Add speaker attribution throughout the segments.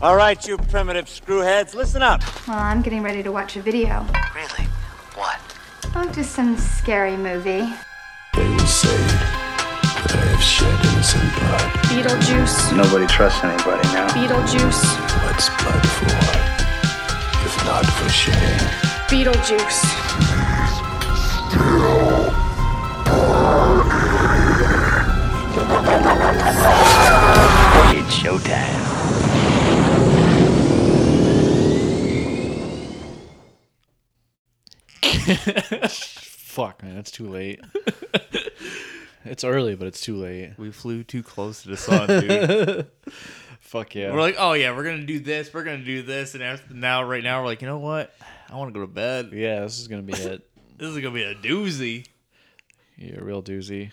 Speaker 1: All right, you primitive screwheads, listen up.
Speaker 2: Well, I'm getting ready to watch a video.
Speaker 3: Really? What?
Speaker 2: Oh, just some scary movie.
Speaker 4: They will say that I have shed innocent blood.
Speaker 5: Beetlejuice,
Speaker 6: Nobody trusts anybody now.
Speaker 5: Beetlejuice,
Speaker 4: What's blood for? If not for shame.
Speaker 5: Beetlejuice.
Speaker 6: It's showtime.
Speaker 7: Fuck, man, it's too late. it's early, but it's too late.
Speaker 8: We flew too close to the sun, dude.
Speaker 7: Fuck yeah.
Speaker 8: we're like, oh yeah, we're gonna do this, we're gonna do this, and after, now, right now, we're like, you know what? I want to go to bed.
Speaker 7: yeah, this is gonna be it.
Speaker 8: This is gonna be a doozy.
Speaker 7: Yeah, real doozy.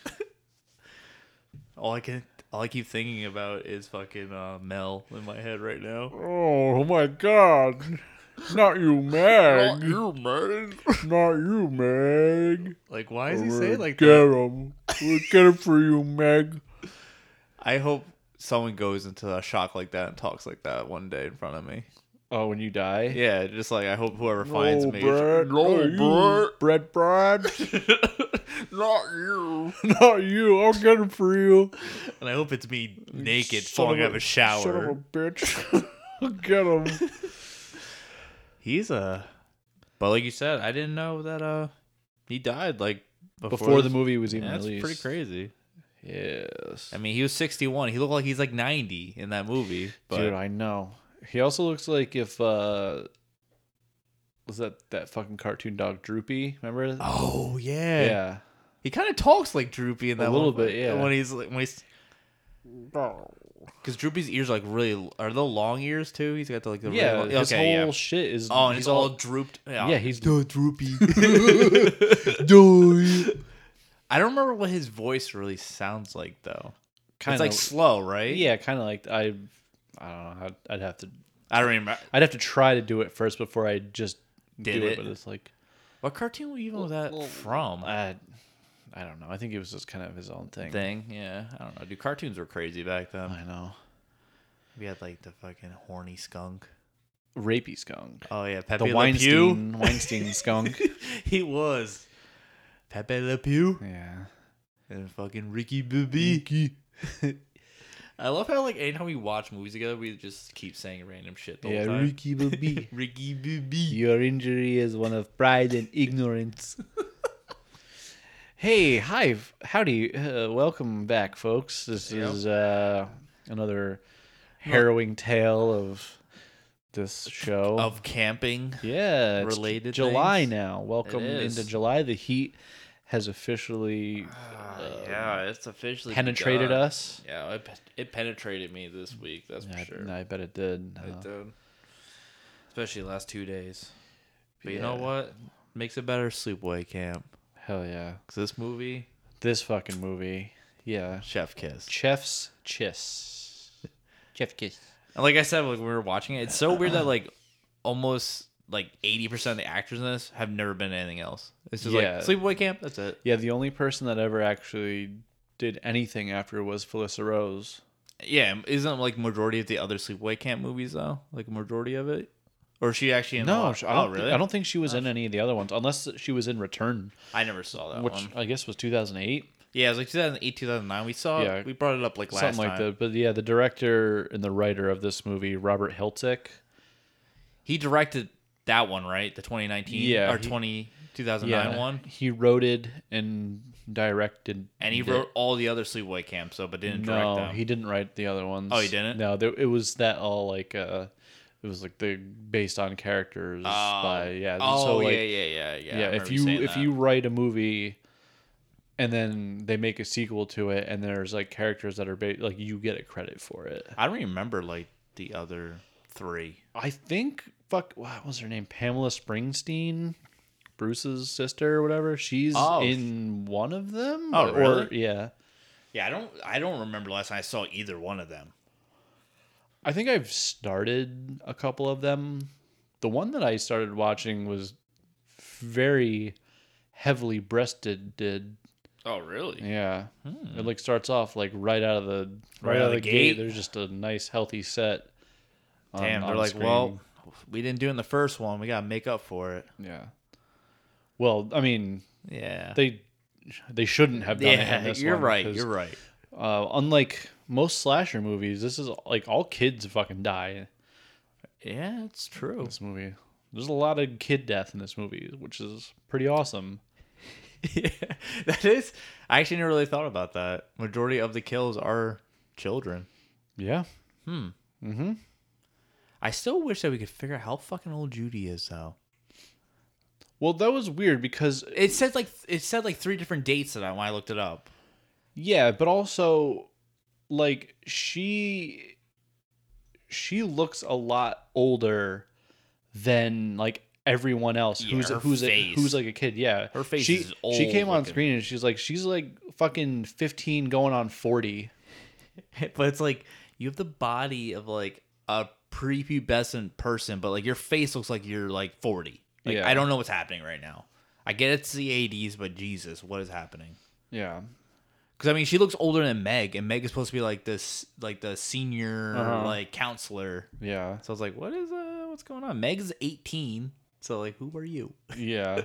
Speaker 8: All I can, all I keep thinking about is fucking uh, Mel in my head right now.
Speaker 7: Oh my god. Not you, Meg.
Speaker 8: you murdered?
Speaker 7: Not you, Meg.
Speaker 8: Like, why is he saying like that?
Speaker 7: him. We'll get him for you, Meg.
Speaker 8: I hope someone goes into a shock like that and talks like that one day in front of me.
Speaker 7: Oh, when you die?
Speaker 8: Yeah, just like I hope whoever finds me.
Speaker 7: Bread Not you. Not you. I'll get him for you.
Speaker 8: And I hope it's me naked
Speaker 7: Son
Speaker 8: falling
Speaker 7: of
Speaker 8: out of a shower.
Speaker 7: Son of a bitch. I'll get him.
Speaker 8: He's a. But like you said, I didn't know that uh he died like before,
Speaker 7: Before the
Speaker 8: this-
Speaker 7: movie was even
Speaker 8: Yeah, that's
Speaker 7: released.
Speaker 8: pretty crazy.
Speaker 7: Yes.
Speaker 8: I mean, he was 61. He looked like he's like 90 in that movie. But
Speaker 7: Dude, I know. He also looks like if uh was that that fucking cartoon dog Droopy? Remember?
Speaker 8: oh yeah,
Speaker 7: yeah.
Speaker 8: He kind of talks like Droopy in that
Speaker 7: little
Speaker 8: one-
Speaker 7: bit, yeah.
Speaker 8: When he's like when he's because Droopy's ears are like really are the long ears too. He's got the like the really
Speaker 7: Yeah,
Speaker 8: long-
Speaker 7: his
Speaker 8: okay,
Speaker 7: whole
Speaker 8: yeah.
Speaker 7: shit is
Speaker 8: Oh, and he's all, drooped.
Speaker 7: Yeah, he's
Speaker 8: droopy. I don't remember what his voice really sounds like though.
Speaker 7: kind
Speaker 8: it's like
Speaker 7: of
Speaker 8: slow, right?
Speaker 7: Yeah, kind of like I I don't know. I'd, I'd have to
Speaker 8: I don't remember.
Speaker 7: I'd have to try to do it first before I just
Speaker 8: Did
Speaker 7: do it,
Speaker 8: it.
Speaker 7: but it's like
Speaker 8: What cartoon even was that from?
Speaker 7: I I don't know. I think it was just kind of his own thing.
Speaker 8: Thing, yeah. I don't know. Dude, cartoons were crazy back then.
Speaker 7: I know.
Speaker 8: We had like the fucking horny skunk.
Speaker 7: Rapey skunk.
Speaker 8: Oh yeah,
Speaker 7: The
Speaker 8: Pepe Le Pew.
Speaker 7: Weinstein Weinstein skunk.
Speaker 8: he was Pepe Le Pew
Speaker 7: yeah.
Speaker 8: and fucking Ricky Bobby. I love how like anytime we watch movies together, we just keep saying random shit the
Speaker 7: Yeah,
Speaker 8: whole time.
Speaker 7: Ricky Bobby.
Speaker 8: Ricky Bobby.
Speaker 7: Your injury is one of pride and ignorance. hey, hi, f- howdy, uh, welcome back, folks. This is uh, another harrowing tale of this show.
Speaker 8: Of camping.
Speaker 7: yeah, it's
Speaker 8: related
Speaker 7: July
Speaker 8: things.
Speaker 7: now. Welcome
Speaker 8: It is.
Speaker 7: into July. The heat has officially
Speaker 8: Ah, yeah, it's officially
Speaker 7: penetrated
Speaker 8: begun.
Speaker 7: us.
Speaker 8: Yeah, it, it penetrated me this week. That's for
Speaker 7: I,
Speaker 8: sure.
Speaker 7: I bet it did. Uh,
Speaker 8: It did. Especially the last two days. But you know what? Makes it better sleepaway camp.
Speaker 7: Hell yeah!
Speaker 8: Cause this movie,
Speaker 7: This fucking movie. Yeah,
Speaker 8: Chef Kiss.
Speaker 7: Chef's Chiss. Chef Kiss.
Speaker 8: And like I said, like when we were watching it, it's so weird that like almost like eighty percent of the actors in this have never been in anything else. It's just
Speaker 7: Yeah.
Speaker 8: like sleepaway camp. That's it.
Speaker 7: Yeah, the only person that ever actually did anything after was Felissa Rose.
Speaker 8: Yeah, isn't like majority of the other sleepaway camp movies though? Like majority of it, or is she actually in? a
Speaker 7: No,
Speaker 8: lot-
Speaker 7: sh- I don't,
Speaker 8: oh
Speaker 7: thi-
Speaker 8: really?
Speaker 7: I don't think she was in any of the other ones, unless she was in Return,
Speaker 8: I never saw that
Speaker 7: which
Speaker 8: one.
Speaker 7: I guess was 2008,
Speaker 8: Yeah, it was like 2008, 2009. We saw.
Speaker 7: Yeah.
Speaker 8: we brought it up like last
Speaker 7: something like
Speaker 8: time.
Speaker 7: that. But yeah, the director and the writer of this movie, Robert Hiltzik.
Speaker 8: He directed that one, right? The 2019
Speaker 7: Yeah,
Speaker 8: or
Speaker 7: he-
Speaker 8: 20 2009
Speaker 7: Yeah,
Speaker 8: one.
Speaker 7: He wrote it and directed.
Speaker 8: And he
Speaker 7: it.
Speaker 8: wrote all the other sleepaway camps, so but didn't direct
Speaker 7: No,
Speaker 8: them.
Speaker 7: he didn't write the other ones.
Speaker 8: Oh, he didn't?
Speaker 7: No, there, it was that all like uh, it was like the based on characters by yeah.
Speaker 8: Oh
Speaker 7: so, like,
Speaker 8: yeah, yeah, yeah, yeah. I
Speaker 7: yeah if
Speaker 8: remember
Speaker 7: you
Speaker 8: saying
Speaker 7: if
Speaker 8: that.
Speaker 7: you write a movie and then they make a sequel to it and there's like characters that are ba- like you get a credit for it
Speaker 8: I don't remember like the other three.
Speaker 7: i think fuck what was her name pamela springsteen bruce's sister or whatever she's
Speaker 8: Oh.
Speaker 7: in one of them
Speaker 8: Oh,
Speaker 7: or,
Speaker 8: really?
Speaker 7: yeah
Speaker 8: Yeah, I don't I don't remember last time I saw either one of them.
Speaker 7: i think i've started a couple of them the one that i started watching was very heavily breasted did
Speaker 8: Oh really?
Speaker 7: Yeah.
Speaker 8: Hmm.
Speaker 7: It like starts off like right out of the right, out of the gate. There's just a nice healthy set on-
Speaker 8: Damn, they're
Speaker 7: on
Speaker 8: like,
Speaker 7: screen.
Speaker 8: well, we didn't do it in the first one. We gotta make up for it.
Speaker 7: yeah. Well, I mean,
Speaker 8: Yeah.
Speaker 7: they they shouldn't have done it.
Speaker 8: yeah,
Speaker 7: in this
Speaker 8: you're
Speaker 7: one,
Speaker 8: right.
Speaker 7: 'cause,
Speaker 8: You're right.
Speaker 7: Uh, unlike most slasher movies, this is like all kids fucking die in
Speaker 8: Yeah, it's true.
Speaker 7: this movie. There's a lot of kid death in this movie, which is pretty awesome.
Speaker 8: yeah, that is. I actually never really thought about that. Majority of the kills are children.
Speaker 7: Yeah.
Speaker 8: I still wish that we could figure out how fucking old Judy is though.
Speaker 7: Well, that was weird because
Speaker 8: It said like it said like three different dates that I when I looked it up.
Speaker 7: Yeah, but also like she she looks a lot older than like everyone else
Speaker 8: Yeah,
Speaker 7: who's
Speaker 8: her
Speaker 7: who's a,
Speaker 8: face.
Speaker 7: who's like a kid. Yeah.
Speaker 8: Her face
Speaker 7: she,
Speaker 8: is
Speaker 7: She
Speaker 8: old
Speaker 7: came on
Speaker 8: looking.
Speaker 7: screen and she's like she's like fucking 15 going on 40.
Speaker 8: but it's like you have the body of like a prepubescent person, but like your face looks like you're like forty. Like
Speaker 7: Yeah.
Speaker 8: I don't know what's happening right now. I get it's the ADs, but Jesus, what is happening?
Speaker 7: Yeah.
Speaker 8: Because I mean, she looks older than Meg, and Meg is supposed to be like this, like the senior like counselor.
Speaker 7: Yeah.
Speaker 8: So I was like, what is uh, what's going on? Meg's eighteen, so like, who are you?
Speaker 7: Yeah.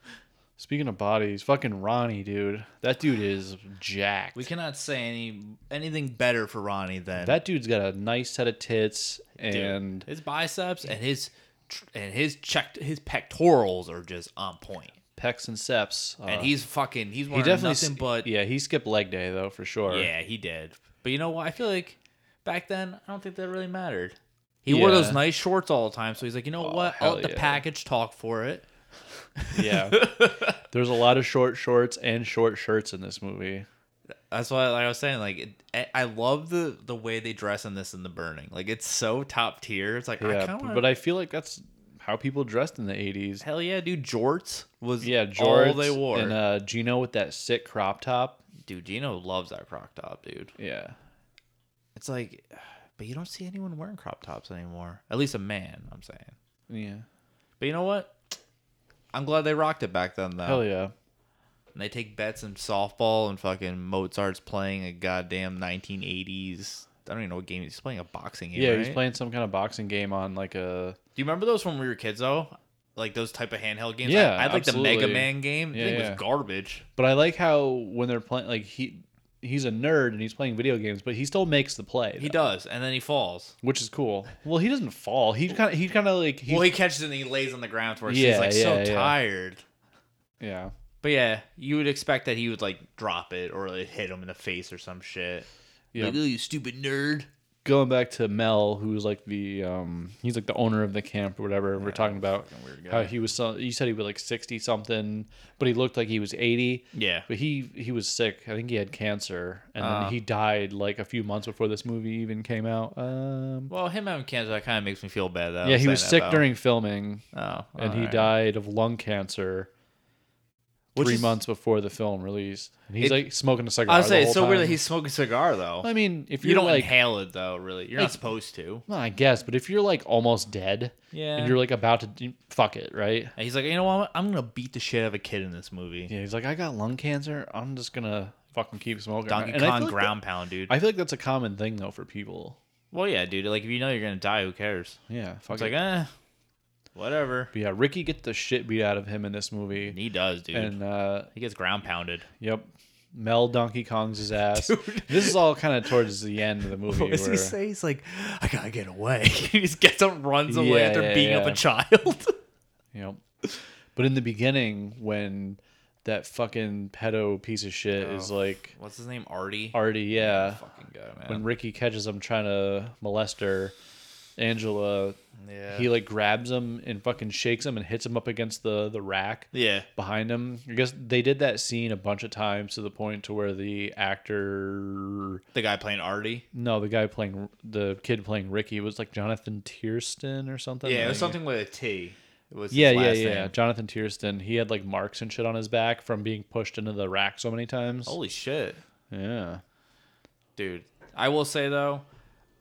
Speaker 7: Speaking of bodies, fucking Ronnie, dude. That dude is jacked.
Speaker 8: We cannot say any anything better for Ronnie than
Speaker 7: that dude's got a nice set of tits and
Speaker 8: his biceps and his tr- and his checked his pectorals are just on point.
Speaker 7: pecs and seps. Uh,
Speaker 8: and he's fucking he's
Speaker 7: he
Speaker 8: wearing
Speaker 7: definitely
Speaker 8: nothing
Speaker 7: s-
Speaker 8: but
Speaker 7: yeah he skipped leg day though for sure
Speaker 8: yeah he did but you know what i feel like back then i don't think that really mattered he wore those
Speaker 7: Yeah. Oh,
Speaker 8: nice shorts all the time so he's like you know what i'll
Speaker 7: hell
Speaker 8: let the
Speaker 7: yeah.
Speaker 8: package talk for it
Speaker 7: yeah there's a lot of short shorts and short shirts in this movie
Speaker 8: that's why like i was saying like it, I- i love the the way they dress in this in the burning like it's so top tier it's like i
Speaker 7: yeah
Speaker 8: kind of
Speaker 7: but, but i feel like that's how people dressed in the 80s
Speaker 8: hell yeah dude jorts was
Speaker 7: yeah jorts
Speaker 8: all they wore
Speaker 7: and uh gino with that sick crop top
Speaker 8: dude gino loves that crop top dude
Speaker 7: yeah
Speaker 8: it's like but you don't see anyone wearing crop tops anymore at least a man i'm saying
Speaker 7: yeah
Speaker 8: But you know what? I'm glad they rocked it back then, though.
Speaker 7: hell yeah
Speaker 8: And they take bets in softball, and fucking Mozart's playing a goddamn 1980s. I don't even know what game he's playing. A boxing game.
Speaker 7: yeah he's
Speaker 8: right?
Speaker 7: playing some kind of boxing game on like a
Speaker 8: Do you remember those when we were kids, though? Like those type of handheld games.
Speaker 7: Yeah,
Speaker 8: I, I had, like the
Speaker 7: absolutely.
Speaker 8: Mega Man game.
Speaker 7: Yeah,
Speaker 8: Yeah,
Speaker 7: yeah.
Speaker 8: was garbage.
Speaker 7: but i like how when they're playing like he he's a nerd and he's playing video games but he still makes the play
Speaker 8: He
Speaker 7: though,
Speaker 8: does, and then he falls.
Speaker 7: which is cool well he doesn't fall he kind of he kind of like he,
Speaker 8: well, he catches it and he lays on the ground for us.
Speaker 7: Yeah,
Speaker 8: he's like
Speaker 7: yeah,
Speaker 8: so
Speaker 7: yeah.
Speaker 8: tired.
Speaker 7: yeah
Speaker 8: But yeah, you would expect that he would like drop it or like, hit him in the face or some shit.
Speaker 7: Yeah.
Speaker 8: Like, "Oh, you stupid nerd.
Speaker 7: going back to Mel, who's like the um, he's like the owner of the camp or whatever. we're talking about how he was. So, you said he was like sixty something, but he looked like he was eighty.
Speaker 8: Yeah. Ah.
Speaker 7: but he he was sick. I think he had cancer, and then he died like a few months before this movie even came out. Um,
Speaker 8: Well, him having cancer that kind of makes me feel bad. That I
Speaker 7: yeah, he
Speaker 8: saying
Speaker 7: was
Speaker 8: that
Speaker 7: sick
Speaker 8: about-
Speaker 7: during filming,
Speaker 8: Oh,
Speaker 7: and he
Speaker 8: alright.
Speaker 7: died of lung cancer.
Speaker 8: Which
Speaker 7: three
Speaker 8: is-
Speaker 7: months before the film released, and he's
Speaker 8: It-
Speaker 7: like smoking a cigar.
Speaker 8: I was
Speaker 7: the
Speaker 8: saying it's
Speaker 7: whole
Speaker 8: so weird that
Speaker 7: time.
Speaker 8: he's smoking a cigar though.
Speaker 7: I mean, if
Speaker 8: you
Speaker 7: you're
Speaker 8: don't
Speaker 7: like
Speaker 8: inhale it though, really. You're
Speaker 7: Like-
Speaker 8: not supposed to.
Speaker 7: Well, I guess, but if you're like almost dead,
Speaker 8: Yeah.
Speaker 7: and you're like about to do- fuck it, right?
Speaker 8: And he's like, you know what? I'm gonna beat the shit out of a kid in this movie.
Speaker 7: Yeah, he's like, I got lung cancer. I'm just gonna fucking keep smoking.
Speaker 8: Donkey
Speaker 7: And I
Speaker 8: Kong
Speaker 7: feel like
Speaker 8: ground pound, dude.
Speaker 7: that- I feel like that's a common thing though for people.
Speaker 8: well, yeah, dude. Like if you know you're gonna die, who cares?
Speaker 7: Yeah, fuck
Speaker 8: It's
Speaker 7: it.
Speaker 8: like, eh, whatever.
Speaker 7: But yeah, Ricky gets the shit beat out of him in this movie,
Speaker 8: And he does, dude.
Speaker 7: and uh,
Speaker 8: he gets ground pounded.
Speaker 7: yep, Mel Donkey Kong's his ass. This is all kind of towards the end of the movie.
Speaker 8: What does he
Speaker 7: where-
Speaker 8: say? He's like, I gotta get away. he just gets up, runs away
Speaker 7: Yeah,
Speaker 8: after
Speaker 7: yeah,
Speaker 8: beating up
Speaker 7: yeah.
Speaker 8: a child.
Speaker 7: Yep. But in the beginning, when that fucking pedo piece of shit is
Speaker 8: Oh,
Speaker 7: like
Speaker 8: What's his name? Artie.
Speaker 7: already, yeah,
Speaker 8: Fucking guy, man.
Speaker 7: when Ricky catches him trying to molest her, Angela,
Speaker 8: Yeah.
Speaker 7: he like grabs him and fucking shakes him and hits him up against the the rack
Speaker 8: yeah.
Speaker 7: behind him. I guess they did that scene a bunch of times to the point to where the actor,
Speaker 8: The guy playing Artie.
Speaker 7: no, the guy playing the kid playing Ricky was like Jonathan Tiersten or something.
Speaker 8: Yeah, it was
Speaker 7: like-
Speaker 8: something with a T. It was his
Speaker 7: Yeah, yeah,
Speaker 8: last
Speaker 7: yeah.
Speaker 8: name.
Speaker 7: Jonathan Tiersten. He had like marks and shit on his back from being pushed into the rack so many times.
Speaker 8: Holy shit,
Speaker 7: Yeah.
Speaker 8: dude! I will say though,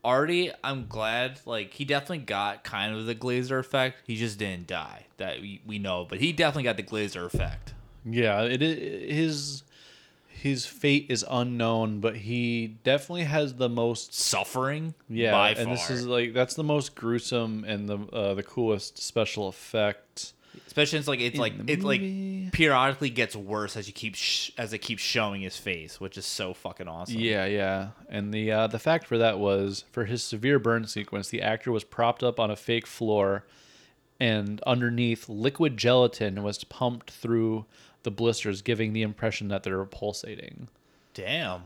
Speaker 8: Artie, I'm glad. Like he definitely got kind of the Glazer effect. He just didn't die. That we, we know, but he definitely got the Glazer effect.
Speaker 7: Yeah, it, i his his fate is unknown, but he definitely has the most
Speaker 8: Suffering,
Speaker 7: yeah,
Speaker 8: by
Speaker 7: and
Speaker 8: far.
Speaker 7: this is like that's the most gruesome and the uh, the coolest special effect.
Speaker 8: especially since like it's like
Speaker 7: the
Speaker 8: it
Speaker 7: movie.
Speaker 8: like periodically gets worse as you keep sh- as it keeps showing his face, which is so fucking awesome.
Speaker 7: Yeah, yeah. And the uh, the fact for that was for his severe burn sequence, the actor was propped up on a fake floor, and underneath liquid gelatin was pumped through the blisters, giving the impression that they were pulsating.
Speaker 8: Damn.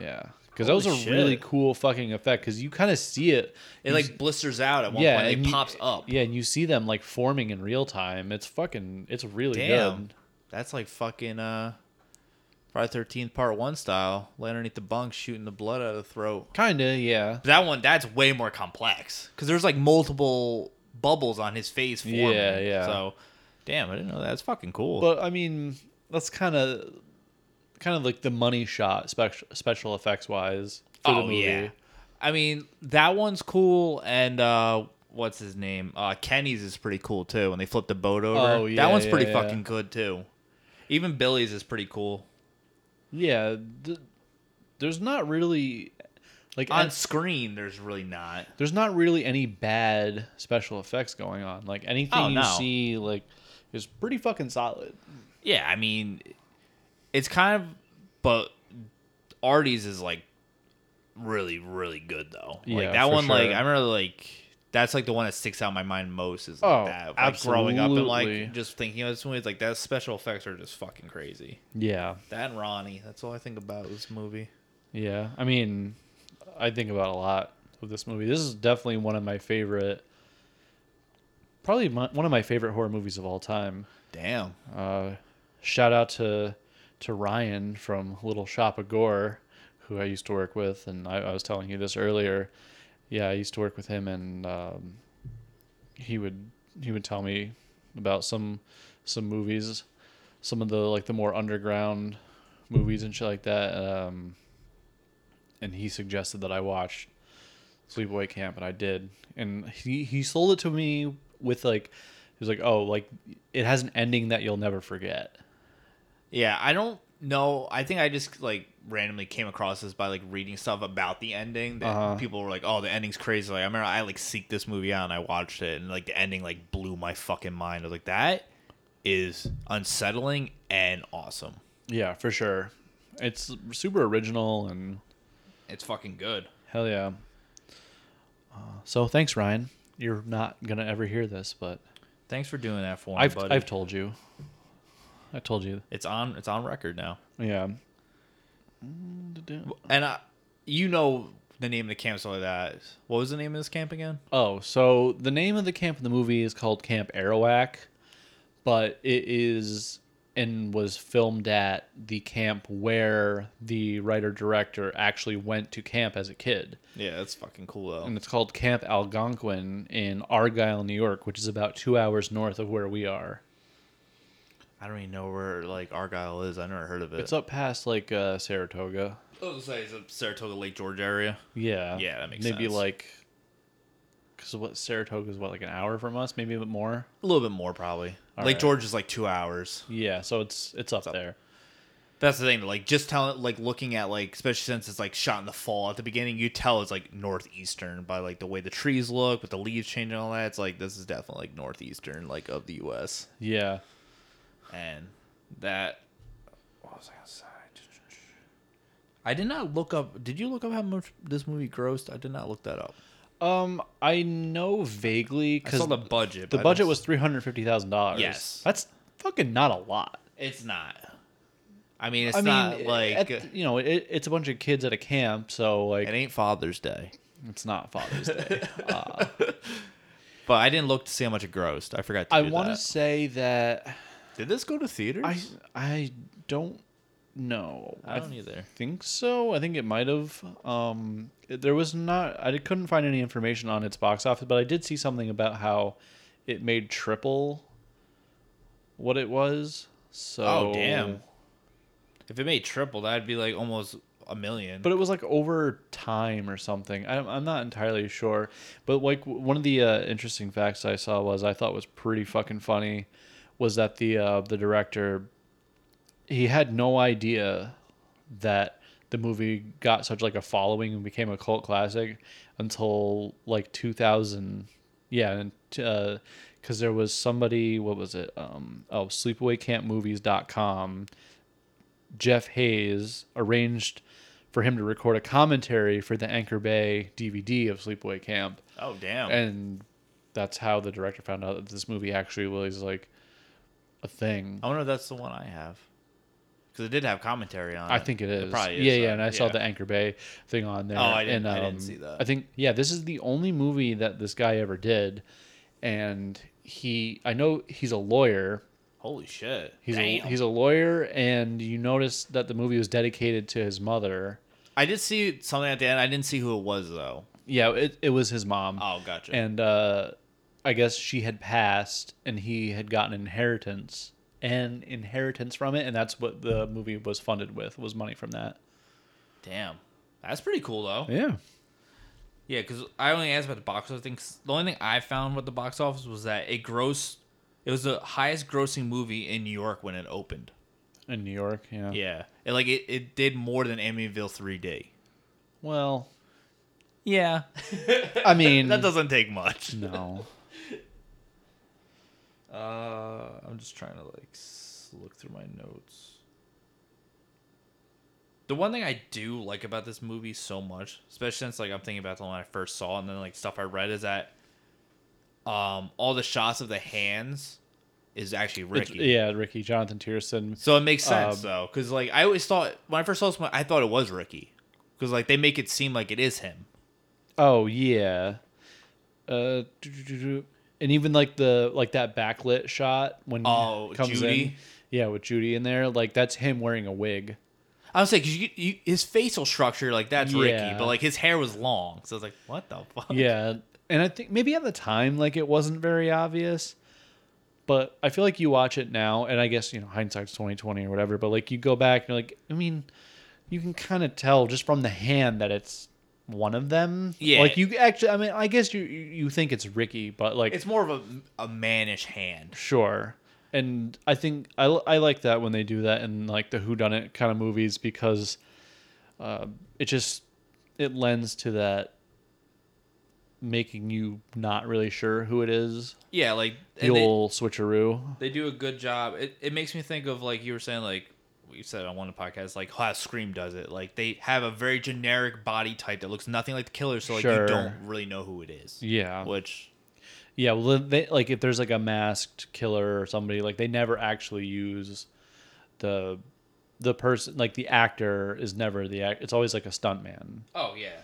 Speaker 7: Yeah, because that was a
Speaker 8: Holy shit.
Speaker 7: really cool fucking effect. Because you kind of see it.
Speaker 8: It like blisters out at one point.
Speaker 7: and
Speaker 8: and It
Speaker 7: you-
Speaker 8: pops up.
Speaker 7: Yeah, and you see them like forming in real time. It's fucking. It's really
Speaker 8: Damn.
Speaker 7: good.
Speaker 8: That's like fucking uh Friday thirteenth part one style. Lay underneath the bunk, shooting the blood out of the throat.
Speaker 7: Kinda, yeah.
Speaker 8: But that one that's way more complex. Because there's like multiple bubbles on his face forming.
Speaker 7: Yeah, yeah.
Speaker 8: So damn, I didn't know that. That's fucking cool.
Speaker 7: But I mean, that's kind of, kind of like the money shot special special effects wise for the movie.
Speaker 8: Oh, I mean, that one's cool and uh what's his name? Uh Kenny's is pretty cool too when they flip the boat over.
Speaker 7: Oh, yeah,
Speaker 8: that one's
Speaker 7: yeah,
Speaker 8: pretty
Speaker 7: yeah.
Speaker 8: fucking good too. Even Billy's is pretty cool.
Speaker 7: Yeah, th- there's not really, like,
Speaker 8: On
Speaker 7: an-
Speaker 8: screen there's really not.
Speaker 7: there's not really any bad special effects going on. Like anything
Speaker 8: Oh,
Speaker 7: you
Speaker 8: no.
Speaker 7: see, like, is pretty fucking solid.
Speaker 8: Yeah, I mean, it's kind of, but Artie's is like really, really good though. Like
Speaker 7: Yeah,
Speaker 8: that
Speaker 7: for
Speaker 8: one, like
Speaker 7: sure.
Speaker 8: I remember, like that's like the one that sticks out in my mind most is like
Speaker 7: Oh,
Speaker 8: that. Like, Growing up and
Speaker 7: absolutely.
Speaker 8: like just thinking of this movie, it's like that special effects are just fucking crazy.
Speaker 7: Yeah,
Speaker 8: That and Ronnie, that's all I think about this movie.
Speaker 7: yeah. I mean, I think about a lot of this movie. This is definitely one of my favorite. Probably my, one of my favorite horror movies of all time.
Speaker 8: Damn.
Speaker 7: Uh, shout out to to Ryan from Little Shop of Gore, who I used to work with, and I, I was telling you this earlier. Yeah, I used to work with him, and um, he would he would tell me about some some movies, some of the like the more underground movies and shit like that. Um, and he suggested that I watch Sleepaway Camp, and I did. And he he sold it to me with like he was like, oh, like it has an ending that you'll never forget.
Speaker 8: Yeah, I don't know. I think I just like randomly came across this by like reading stuff about the ending that
Speaker 7: Uh-huh.
Speaker 8: people were like, "Oh, the ending's crazy." Like I remember I like seeked this movie out and I watched it and like the ending like blew my fucking mind. I was like, "That is unsettling and awesome.
Speaker 7: Yeah, for sure. It's super original and
Speaker 8: It's fucking good."
Speaker 7: hell yeah. Uh, so thanks, Ryan. You're not gonna ever hear this, but
Speaker 8: Thanks for doing that for me,
Speaker 7: I've
Speaker 8: buddy.
Speaker 7: I've told you. I told you.
Speaker 8: it's on it's on record now.
Speaker 7: Yeah. Mm,
Speaker 8: And I you know the name of the camp so like that. What was the name of this camp again?
Speaker 7: Oh, so the name of the camp in the movie is called Camp Arawak, but it is and was filmed at the camp where the writer director actually went to camp as a kid.
Speaker 8: Yeah, that's fucking cool though.
Speaker 7: and it's called Camp Algonquin in Argyle, New York, which is about two hours north of where we are.
Speaker 8: I don't even know where like Argyle is. I never heard of it.
Speaker 7: It's up past like uh, Saratoga.
Speaker 8: I was gonna say it's a Saratoga Lake George area.
Speaker 7: Yeah,
Speaker 8: Yeah, that makes
Speaker 7: maybe
Speaker 8: sense.
Speaker 7: like because what Saratoga is what like an hour from us, maybe a bit more.
Speaker 8: A little bit more probably. Lake
Speaker 7: right.
Speaker 8: George is like two hours.
Speaker 7: Yeah, so it's it's up
Speaker 8: up.
Speaker 7: there.
Speaker 8: That's the thing. Like just telling, like looking at, like especially since it's like shot in the fall at the beginning, you tell it's like northeastern by like the way the trees look, with the leaves changing, and all that. It's like this is definitely like northeastern, like of the U.S.
Speaker 7: Yeah,
Speaker 8: And that. What was I gonna say? I did not look up. Did you look up how much this movie grossed? I did not look that up.
Speaker 7: um, I know vaguely
Speaker 8: I
Speaker 7: because
Speaker 8: saw the budget.
Speaker 7: the
Speaker 8: but I
Speaker 7: budget
Speaker 8: don't-
Speaker 7: was three hundred fifty thousand dollars.
Speaker 8: Yes.
Speaker 7: that's fucking not a lot.
Speaker 8: It's not. I mean, it's
Speaker 7: I mean,
Speaker 8: not like
Speaker 7: at- you know, it, it's a bunch of kids at a camp, so like
Speaker 8: It ain't Father's Day.
Speaker 7: it's not Father's Day.
Speaker 8: But I didn't look to see how much it grossed. I forgot to
Speaker 7: I
Speaker 8: do
Speaker 7: want to
Speaker 8: that.
Speaker 7: say that
Speaker 8: Did this go to theaters?
Speaker 7: I I don't know.
Speaker 8: I don't either.
Speaker 7: think so. I think it might have. Um, it- there was not. I couldn't find any information on its box office, but I did see something about how it made triple what it was. So
Speaker 8: Oh, damn. If it made triple, that'd be like almost a million.
Speaker 7: But it was like over time or something. I'm, I'm not entirely sure. But like w- one of the uh, interesting facts I saw was I thought was pretty fucking funny was that the uh, the director he had no idea that the movie got such like a following and became a cult classic until like 2000 yeah and because there was somebody what was it um oh sleepawaycampmovies.com jeff hayes arranged for him to record a commentary for the anchor bay dvd of sleepaway camp
Speaker 8: Oh damn.
Speaker 7: and that's how the director found out that this movie actually was like a thing
Speaker 8: I wonder if that's the one I have. Because it did have commentary on it.
Speaker 7: I think it is.
Speaker 8: probably
Speaker 7: yeah,
Speaker 8: is,
Speaker 7: yeah.
Speaker 8: uh,
Speaker 7: And I saw
Speaker 8: yeah.
Speaker 7: the Anchor Bay thing on there.
Speaker 8: Oh, I didn't-
Speaker 7: and, um,
Speaker 8: I didn't see that.
Speaker 7: I think yeah, this is the only movie that this guy ever did, and he. I know he's a lawyer.
Speaker 8: Holy shit.
Speaker 7: He's a, he's a lawyer, and you notice that the movie was dedicated to his mother.
Speaker 8: I did see something at the end. I didn't see who it was though.
Speaker 7: Yeah, it, it was his mom.
Speaker 8: Oh, gotcha.
Speaker 7: And uh, I guess she had passed, and he had gotten inheritance and inheritance from it, and that's what the movie was funded with was money from that.
Speaker 8: Damn. That's pretty cool though.
Speaker 7: Yeah.
Speaker 8: Yeah, because I only asked about the box office thing. 'cause The only thing I found with the box office was that it grossed. It was the highest grossing movie in New York when it opened.
Speaker 7: In New York. Yeah.
Speaker 8: Yeah, it, like it, it did more than Amityville 3D.
Speaker 7: Well,
Speaker 8: Yeah,
Speaker 7: I mean,
Speaker 8: that doesn't take much.
Speaker 7: no.
Speaker 8: Uh, I'm just trying to like s- look through my notes. The one thing I do like about this movie so much, especially since like I'm thinking about the one I first saw and then like stuff I read, is that um all the shots of the hands is actually
Speaker 7: It's-
Speaker 8: Ricky.
Speaker 7: yeah, Ricky Jonathan Tierson.
Speaker 8: So it makes sense
Speaker 7: Um,
Speaker 8: though, because like I always thought when I first saw this, one, I thought it was Ricky, because like they make it seem like it is him.
Speaker 7: Oh yeah. Uh, do- do- do- do. and even like the like that backlit shot when he
Speaker 8: Oh,
Speaker 7: in.
Speaker 8: Judy?
Speaker 7: Yeah, with Judy in there, like that's him wearing a wig.
Speaker 8: I was like, 'cause you, you, his facial structure like that's Ricky,
Speaker 7: Yeah.
Speaker 8: but like his hair was long, so I was like, what the fuck?
Speaker 7: Yeah, and I think maybe at the time like it wasn't very obvious, but I feel like you watch it now, and I guess you know hindsight's twenty twenty or whatever. But like you go back and you're like, I mean, you can kind of tell just from the hand that it's one of them.
Speaker 8: Yeah.
Speaker 7: like you actually, I mean, I guess you you you think it's Ricky, but like
Speaker 8: It's more of a, a mannish hand.
Speaker 7: Sure. And I think I, I like that when they do that in like the whodunit kind of movies because uh, it just it lends to that making you not really sure who it is.
Speaker 8: Yeah, like
Speaker 7: The
Speaker 8: and they,
Speaker 7: old switcheroo.
Speaker 8: they do a good job. It, it makes me think of like you were saying like we said on one of the podcasts like how Scream does it. Like they have a very generic body type that looks nothing like the killer, so like
Speaker 7: Sure.
Speaker 8: you don't really know who it is.
Speaker 7: Yeah.
Speaker 8: Which
Speaker 7: Yeah. Well, they, like if there's like a masked killer or somebody, like they never actually use the the person like the actor is never the act. It's always like a stunt man.
Speaker 8: Oh yeah.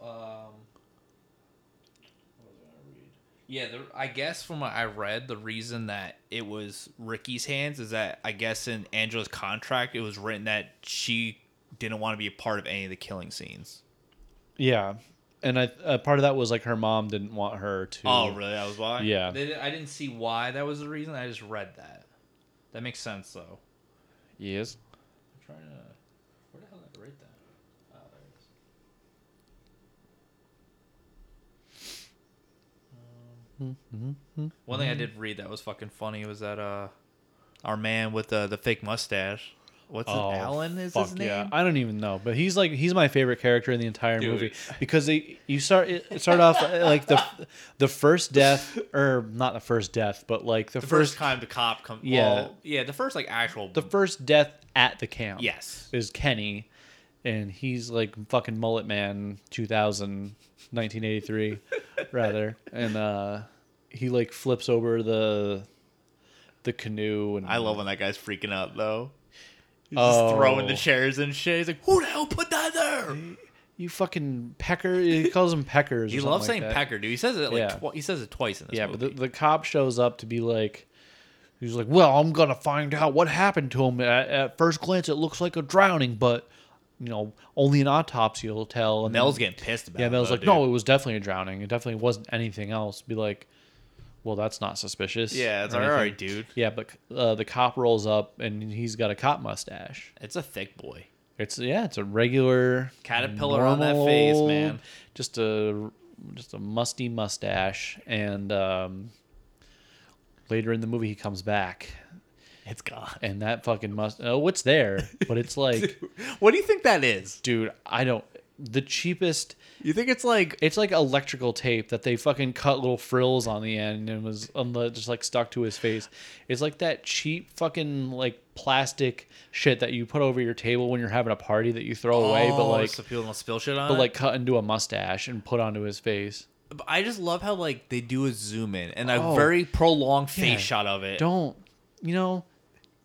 Speaker 8: Um. what was I gonna read? Yeah, the, I guess from what I read, the reason that it was Ricky's hands is that I guess in Angela's contract, it was written that she didn't want to be a part of any of the killing scenes.
Speaker 7: Yeah, and I uh, part of that was like her mom didn't want her to.
Speaker 8: Oh, really? That was why?
Speaker 7: Yeah.
Speaker 8: They, didn't- I didn't see why that was the reason. I just read that. That makes sense, though.
Speaker 7: Yes.
Speaker 8: I'm trying to. Where the hell did I write that? Oh, there it is. Um, One thing I did read that was fucking funny was that uh, our man with the the fake mustache. What's
Speaker 7: Oh,
Speaker 8: it? Alan is
Speaker 7: fuck
Speaker 8: his name.
Speaker 7: Yeah. I don't even know, but he's like he's my favorite character in the entire movie because they you start it start off uh, like the the first death or not the first death, but like the,
Speaker 8: The
Speaker 7: first,
Speaker 8: first, time the cop comes.
Speaker 7: Yeah.
Speaker 8: yeah. The first like actual.
Speaker 7: the first death at the camp.
Speaker 8: Yes.
Speaker 7: Is Kenny, and he's like fucking mullet man 2000 1983 rather, and uh he like flips over the the canoe and
Speaker 8: I love when that guy's freaking out though. He's
Speaker 7: Oh.
Speaker 8: just throwing the chairs and shit. He's like, "Who the hell put that there?"
Speaker 7: You fucking pecker. He calls them peckers.
Speaker 8: He
Speaker 7: or something
Speaker 8: loves
Speaker 7: like
Speaker 8: saying
Speaker 7: that.
Speaker 8: pecker, dude. He says it like
Speaker 7: Yeah.
Speaker 8: twi- he says it twice in this
Speaker 7: Yeah,
Speaker 8: movie.
Speaker 7: but the, the cop shows up to be like, he's like, well, I'm gonna find out what happened to him. At, at first glance, it looks like a drowning, but you know, only an autopsy will tell. And
Speaker 8: Mel's
Speaker 7: then,
Speaker 8: getting pissed about
Speaker 7: yeah,
Speaker 8: it.
Speaker 7: Mel's
Speaker 8: though,
Speaker 7: like,
Speaker 8: dude.
Speaker 7: no, it was definitely a drowning. It definitely wasn't anything else. Be like, well, that's not suspicious.
Speaker 8: Yeah, it's
Speaker 7: or
Speaker 8: like, all
Speaker 7: anything.
Speaker 8: right, dude.
Speaker 7: Yeah, but uh, the cop rolls up and he's got a cop mustache.
Speaker 8: It's a thick boy.
Speaker 7: It's yeah, it's a regular
Speaker 8: Caterpillar on that face, man.
Speaker 7: old- Just a just a musty mustache, and um, later in the movie he comes back,
Speaker 8: It's gone.
Speaker 7: and that fucking must. Oh, it's there, but it's like,
Speaker 8: What do you think that is?
Speaker 7: dude, I don't. The cheapest.
Speaker 8: You think it's like
Speaker 7: It's like electrical tape that they fucking cut little frills on the end and was on the, just like stuck to his face. It's like that cheap fucking like plastic shit that you put over your table when you're having a party that you throw away, but
Speaker 8: Oh,
Speaker 7: like
Speaker 8: so people don't spill shit on
Speaker 7: but
Speaker 8: it?
Speaker 7: like cut into a mustache and put onto his face.
Speaker 8: But I just love how like they do a zoom in and a
Speaker 7: Oh.
Speaker 8: very prolonged face
Speaker 7: Yeah.
Speaker 8: shot of it.
Speaker 7: Don't you know?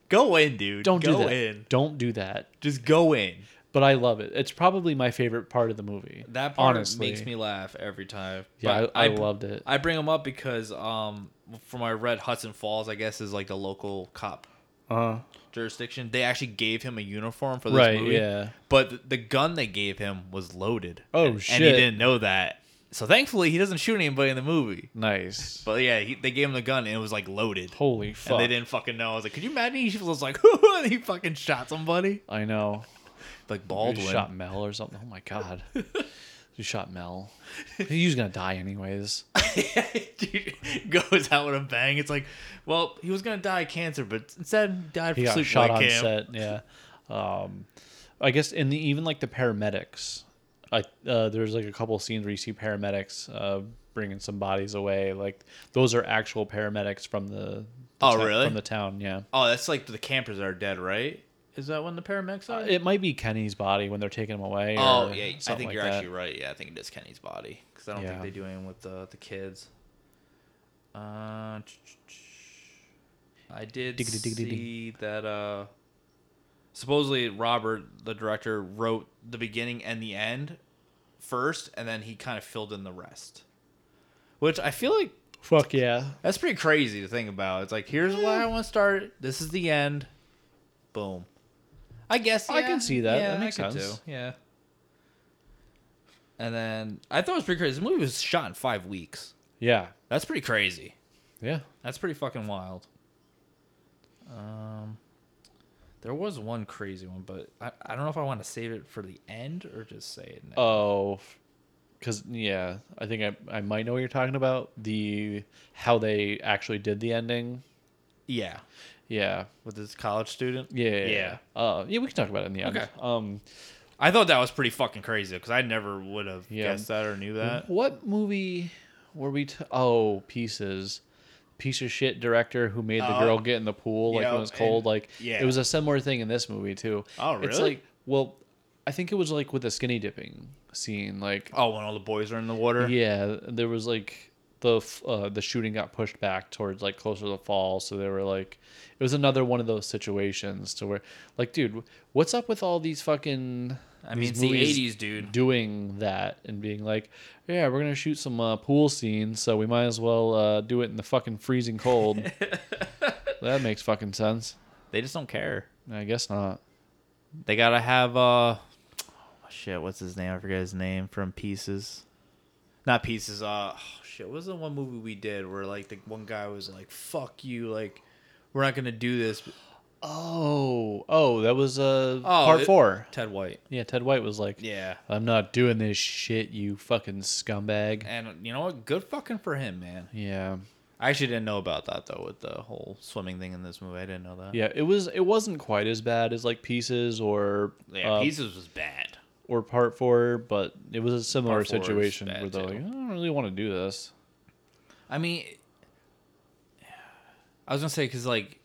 Speaker 8: go in, dude.
Speaker 7: Don't
Speaker 8: go
Speaker 7: do that.
Speaker 8: in.
Speaker 7: Don't do that.
Speaker 8: Just go in.
Speaker 7: But I love it. It's probably my favorite part of the movie.
Speaker 8: That part
Speaker 7: honestly
Speaker 8: makes me laugh every time.
Speaker 7: Yeah,
Speaker 8: But
Speaker 7: I- I loved it.
Speaker 8: I bring them up because um, from my Red Hudson Falls, I guess is like the local cop
Speaker 7: Uh-huh.
Speaker 8: jurisdiction. They actually gave him a uniform for this
Speaker 7: Right,
Speaker 8: movie.
Speaker 7: yeah.
Speaker 8: But th- the gun they gave him was loaded.
Speaker 7: Oh,
Speaker 8: and, And he
Speaker 7: shit.
Speaker 8: didn't know that. So thankfully, he doesn't shoot anybody in the movie.
Speaker 7: nice.
Speaker 8: But yeah, he, they gave him the gun and it was like loaded.
Speaker 7: Holy fuck!
Speaker 8: And they didn't fucking know. I was like, could you imagine? He was like, and he fucking shot somebody.
Speaker 7: I know.
Speaker 8: Like
Speaker 7: He
Speaker 8: Baldwin.
Speaker 7: shot Mel or something. Oh my god. He shot Mel. He's gonna die anyways.
Speaker 8: Dude, goes out with a bang. It's like, well, he was gonna die of cancer, but instead he died
Speaker 7: He
Speaker 8: from
Speaker 7: got
Speaker 8: sleep
Speaker 7: shot on
Speaker 8: camp.
Speaker 7: set. Yeah. Um, I guess in the even like the paramedics, I uh, there's like a couple scenes where you see paramedics uh, bringing some bodies away. Like those are actual paramedics from the, the
Speaker 8: Oh,
Speaker 7: to-
Speaker 8: really?
Speaker 7: from the town. Yeah.
Speaker 8: Oh, that's like the campers that are dead, right? Is that when the paramedics are?
Speaker 7: It might be Kenny's body when they're taking him away.
Speaker 8: oh
Speaker 7: or
Speaker 8: yeah, I
Speaker 7: something
Speaker 8: think
Speaker 7: like
Speaker 8: you're
Speaker 7: that.
Speaker 8: actually right. Yeah, I think it is Kenny's body because I don't
Speaker 7: Yeah.
Speaker 8: think they do anything with the the kids. Uh, ch- ch- ch- I did
Speaker 7: Diggity, diggity, dig.
Speaker 8: see that. Uh, supposedly Robert, the director, wrote the beginning and the end first, and then he kind of filled in the rest. Which I feel like
Speaker 7: Fuck yeah.
Speaker 8: that's pretty crazy to think about. It's like here's where I want to start. This is the end. Boom. I guess
Speaker 7: I can
Speaker 8: yeah,
Speaker 7: see that.
Speaker 8: yeah,
Speaker 7: That
Speaker 8: I
Speaker 7: makes
Speaker 8: could
Speaker 7: sense.
Speaker 8: too, Yeah. And then I thought it was pretty crazy. The movie was shot in five weeks.
Speaker 7: Yeah.
Speaker 8: That's pretty crazy.
Speaker 7: Yeah.
Speaker 8: That's pretty fucking wild. Um, there was one crazy one, but I, I don't know if I want to save it for the end or just say it. Now.
Speaker 7: Oh, because yeah, I think I I might know what you're talking about. The how they actually did the ending.
Speaker 8: yeah,
Speaker 7: Yeah.
Speaker 8: with this college student.
Speaker 7: Yeah. Yeah. yeah. Uh, yeah, we can talk about it in the end.
Speaker 8: Okay.
Speaker 7: Um,
Speaker 8: I thought that was pretty fucking crazy because I never would have
Speaker 7: Yeah.
Speaker 8: guessed that or knew that.
Speaker 7: what movie were we? T- oh, pieces. Piece of shit director who made the
Speaker 8: Oh.
Speaker 7: girl get in the pool like when
Speaker 8: Yep,
Speaker 7: it was cold.
Speaker 8: and-
Speaker 7: like
Speaker 8: yeah.
Speaker 7: it was a similar thing in this movie too.
Speaker 8: Oh,
Speaker 7: It's
Speaker 8: really?
Speaker 7: like well, I think it was like with the skinny dipping scene. Like
Speaker 8: Oh, when all the boys are in the water.
Speaker 7: Yeah, there was like the f- uh, the shooting got pushed back towards like closer to the fall, so they were like, it was another one of those situations to where, like, dude, what's up with all these fucking?
Speaker 8: I mean,
Speaker 7: these
Speaker 8: it's the
Speaker 7: movies
Speaker 8: 80s, dude.
Speaker 7: Doing that and being like, yeah, we're gonna shoot some uh, pool scenes, so we might as well uh, do it in the fucking freezing cold. that makes fucking sense.
Speaker 8: They just don't care.
Speaker 7: I guess not.
Speaker 8: They gotta have uh, shit. What's his name? I forget his name from Pieces. Not Pieces. Uh, oh, shit. What was the one movie we did where like the one guy was like, "Fuck you," like. We're not gonna do this.
Speaker 7: Oh, oh, that was uh,
Speaker 8: Oh,
Speaker 7: part
Speaker 8: it-
Speaker 7: four.
Speaker 8: Ted White.
Speaker 7: Yeah, Ted White was like,
Speaker 8: Yeah.
Speaker 7: I'm not doing this shit, you fucking scumbag.
Speaker 8: And you know what? Good fucking for him, man.
Speaker 7: Yeah.
Speaker 8: I actually didn't know about that though, with the whole swimming thing in this movie. I didn't know that.
Speaker 7: Yeah, it was it wasn't quite as bad as like pieces or
Speaker 8: Yeah,
Speaker 7: uh,
Speaker 8: Pieces was bad.
Speaker 7: or part 4, but it was a similar
Speaker 8: Part four is
Speaker 7: situation
Speaker 8: bad,
Speaker 7: where they're
Speaker 8: too.
Speaker 7: like, I don't really want to do this.
Speaker 8: I mean, I was gonna say because like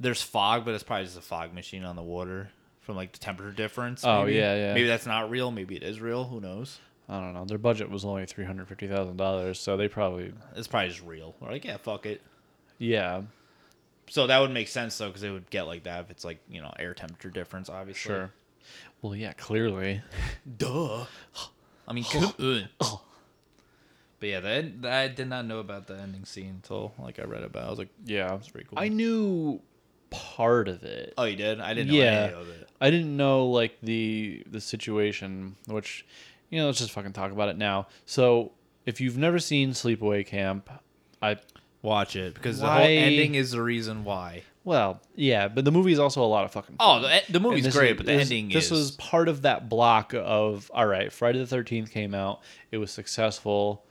Speaker 8: there's fog, but it's probably just a fog machine on the water from like the temperature difference.
Speaker 7: Oh,
Speaker 8: maybe.
Speaker 7: yeah, yeah.
Speaker 8: Maybe that's not real. Maybe it is real. Who knows?
Speaker 7: I don't know. Their budget was only $350,000, so they probably
Speaker 8: It's probably just real. We're like, yeah, fuck it.
Speaker 7: yeah,
Speaker 8: So that would make sense though, because it would get like that if it's like you know air temperature difference. Obviously,
Speaker 7: sure. Well, yeah, clearly.
Speaker 8: Duh. I mean, good. but yeah, that I did not know about the ending scene until like I read about. it. I was like,
Speaker 7: Yeah.
Speaker 8: it's pretty cool.
Speaker 7: I knew part of it.
Speaker 8: oh, you did? I didn't know
Speaker 7: yeah,
Speaker 8: any of it.
Speaker 7: I didn't know like the the situation, which you know, let's just fucking talk about it now. So, if you've never seen Sleepaway Camp, I
Speaker 8: Watch it because
Speaker 7: the whole Why- ending
Speaker 8: is the reason why.
Speaker 7: well, yeah, but the movie is also a lot of fucking.
Speaker 8: Oh,
Speaker 7: fun.
Speaker 8: the, the
Speaker 7: And
Speaker 8: movie's
Speaker 7: this
Speaker 8: great,
Speaker 7: is-
Speaker 8: but the
Speaker 7: this,
Speaker 8: ending
Speaker 7: This
Speaker 8: is
Speaker 7: was part of that block of all right. Friday the Thirteenth came out. It was successful.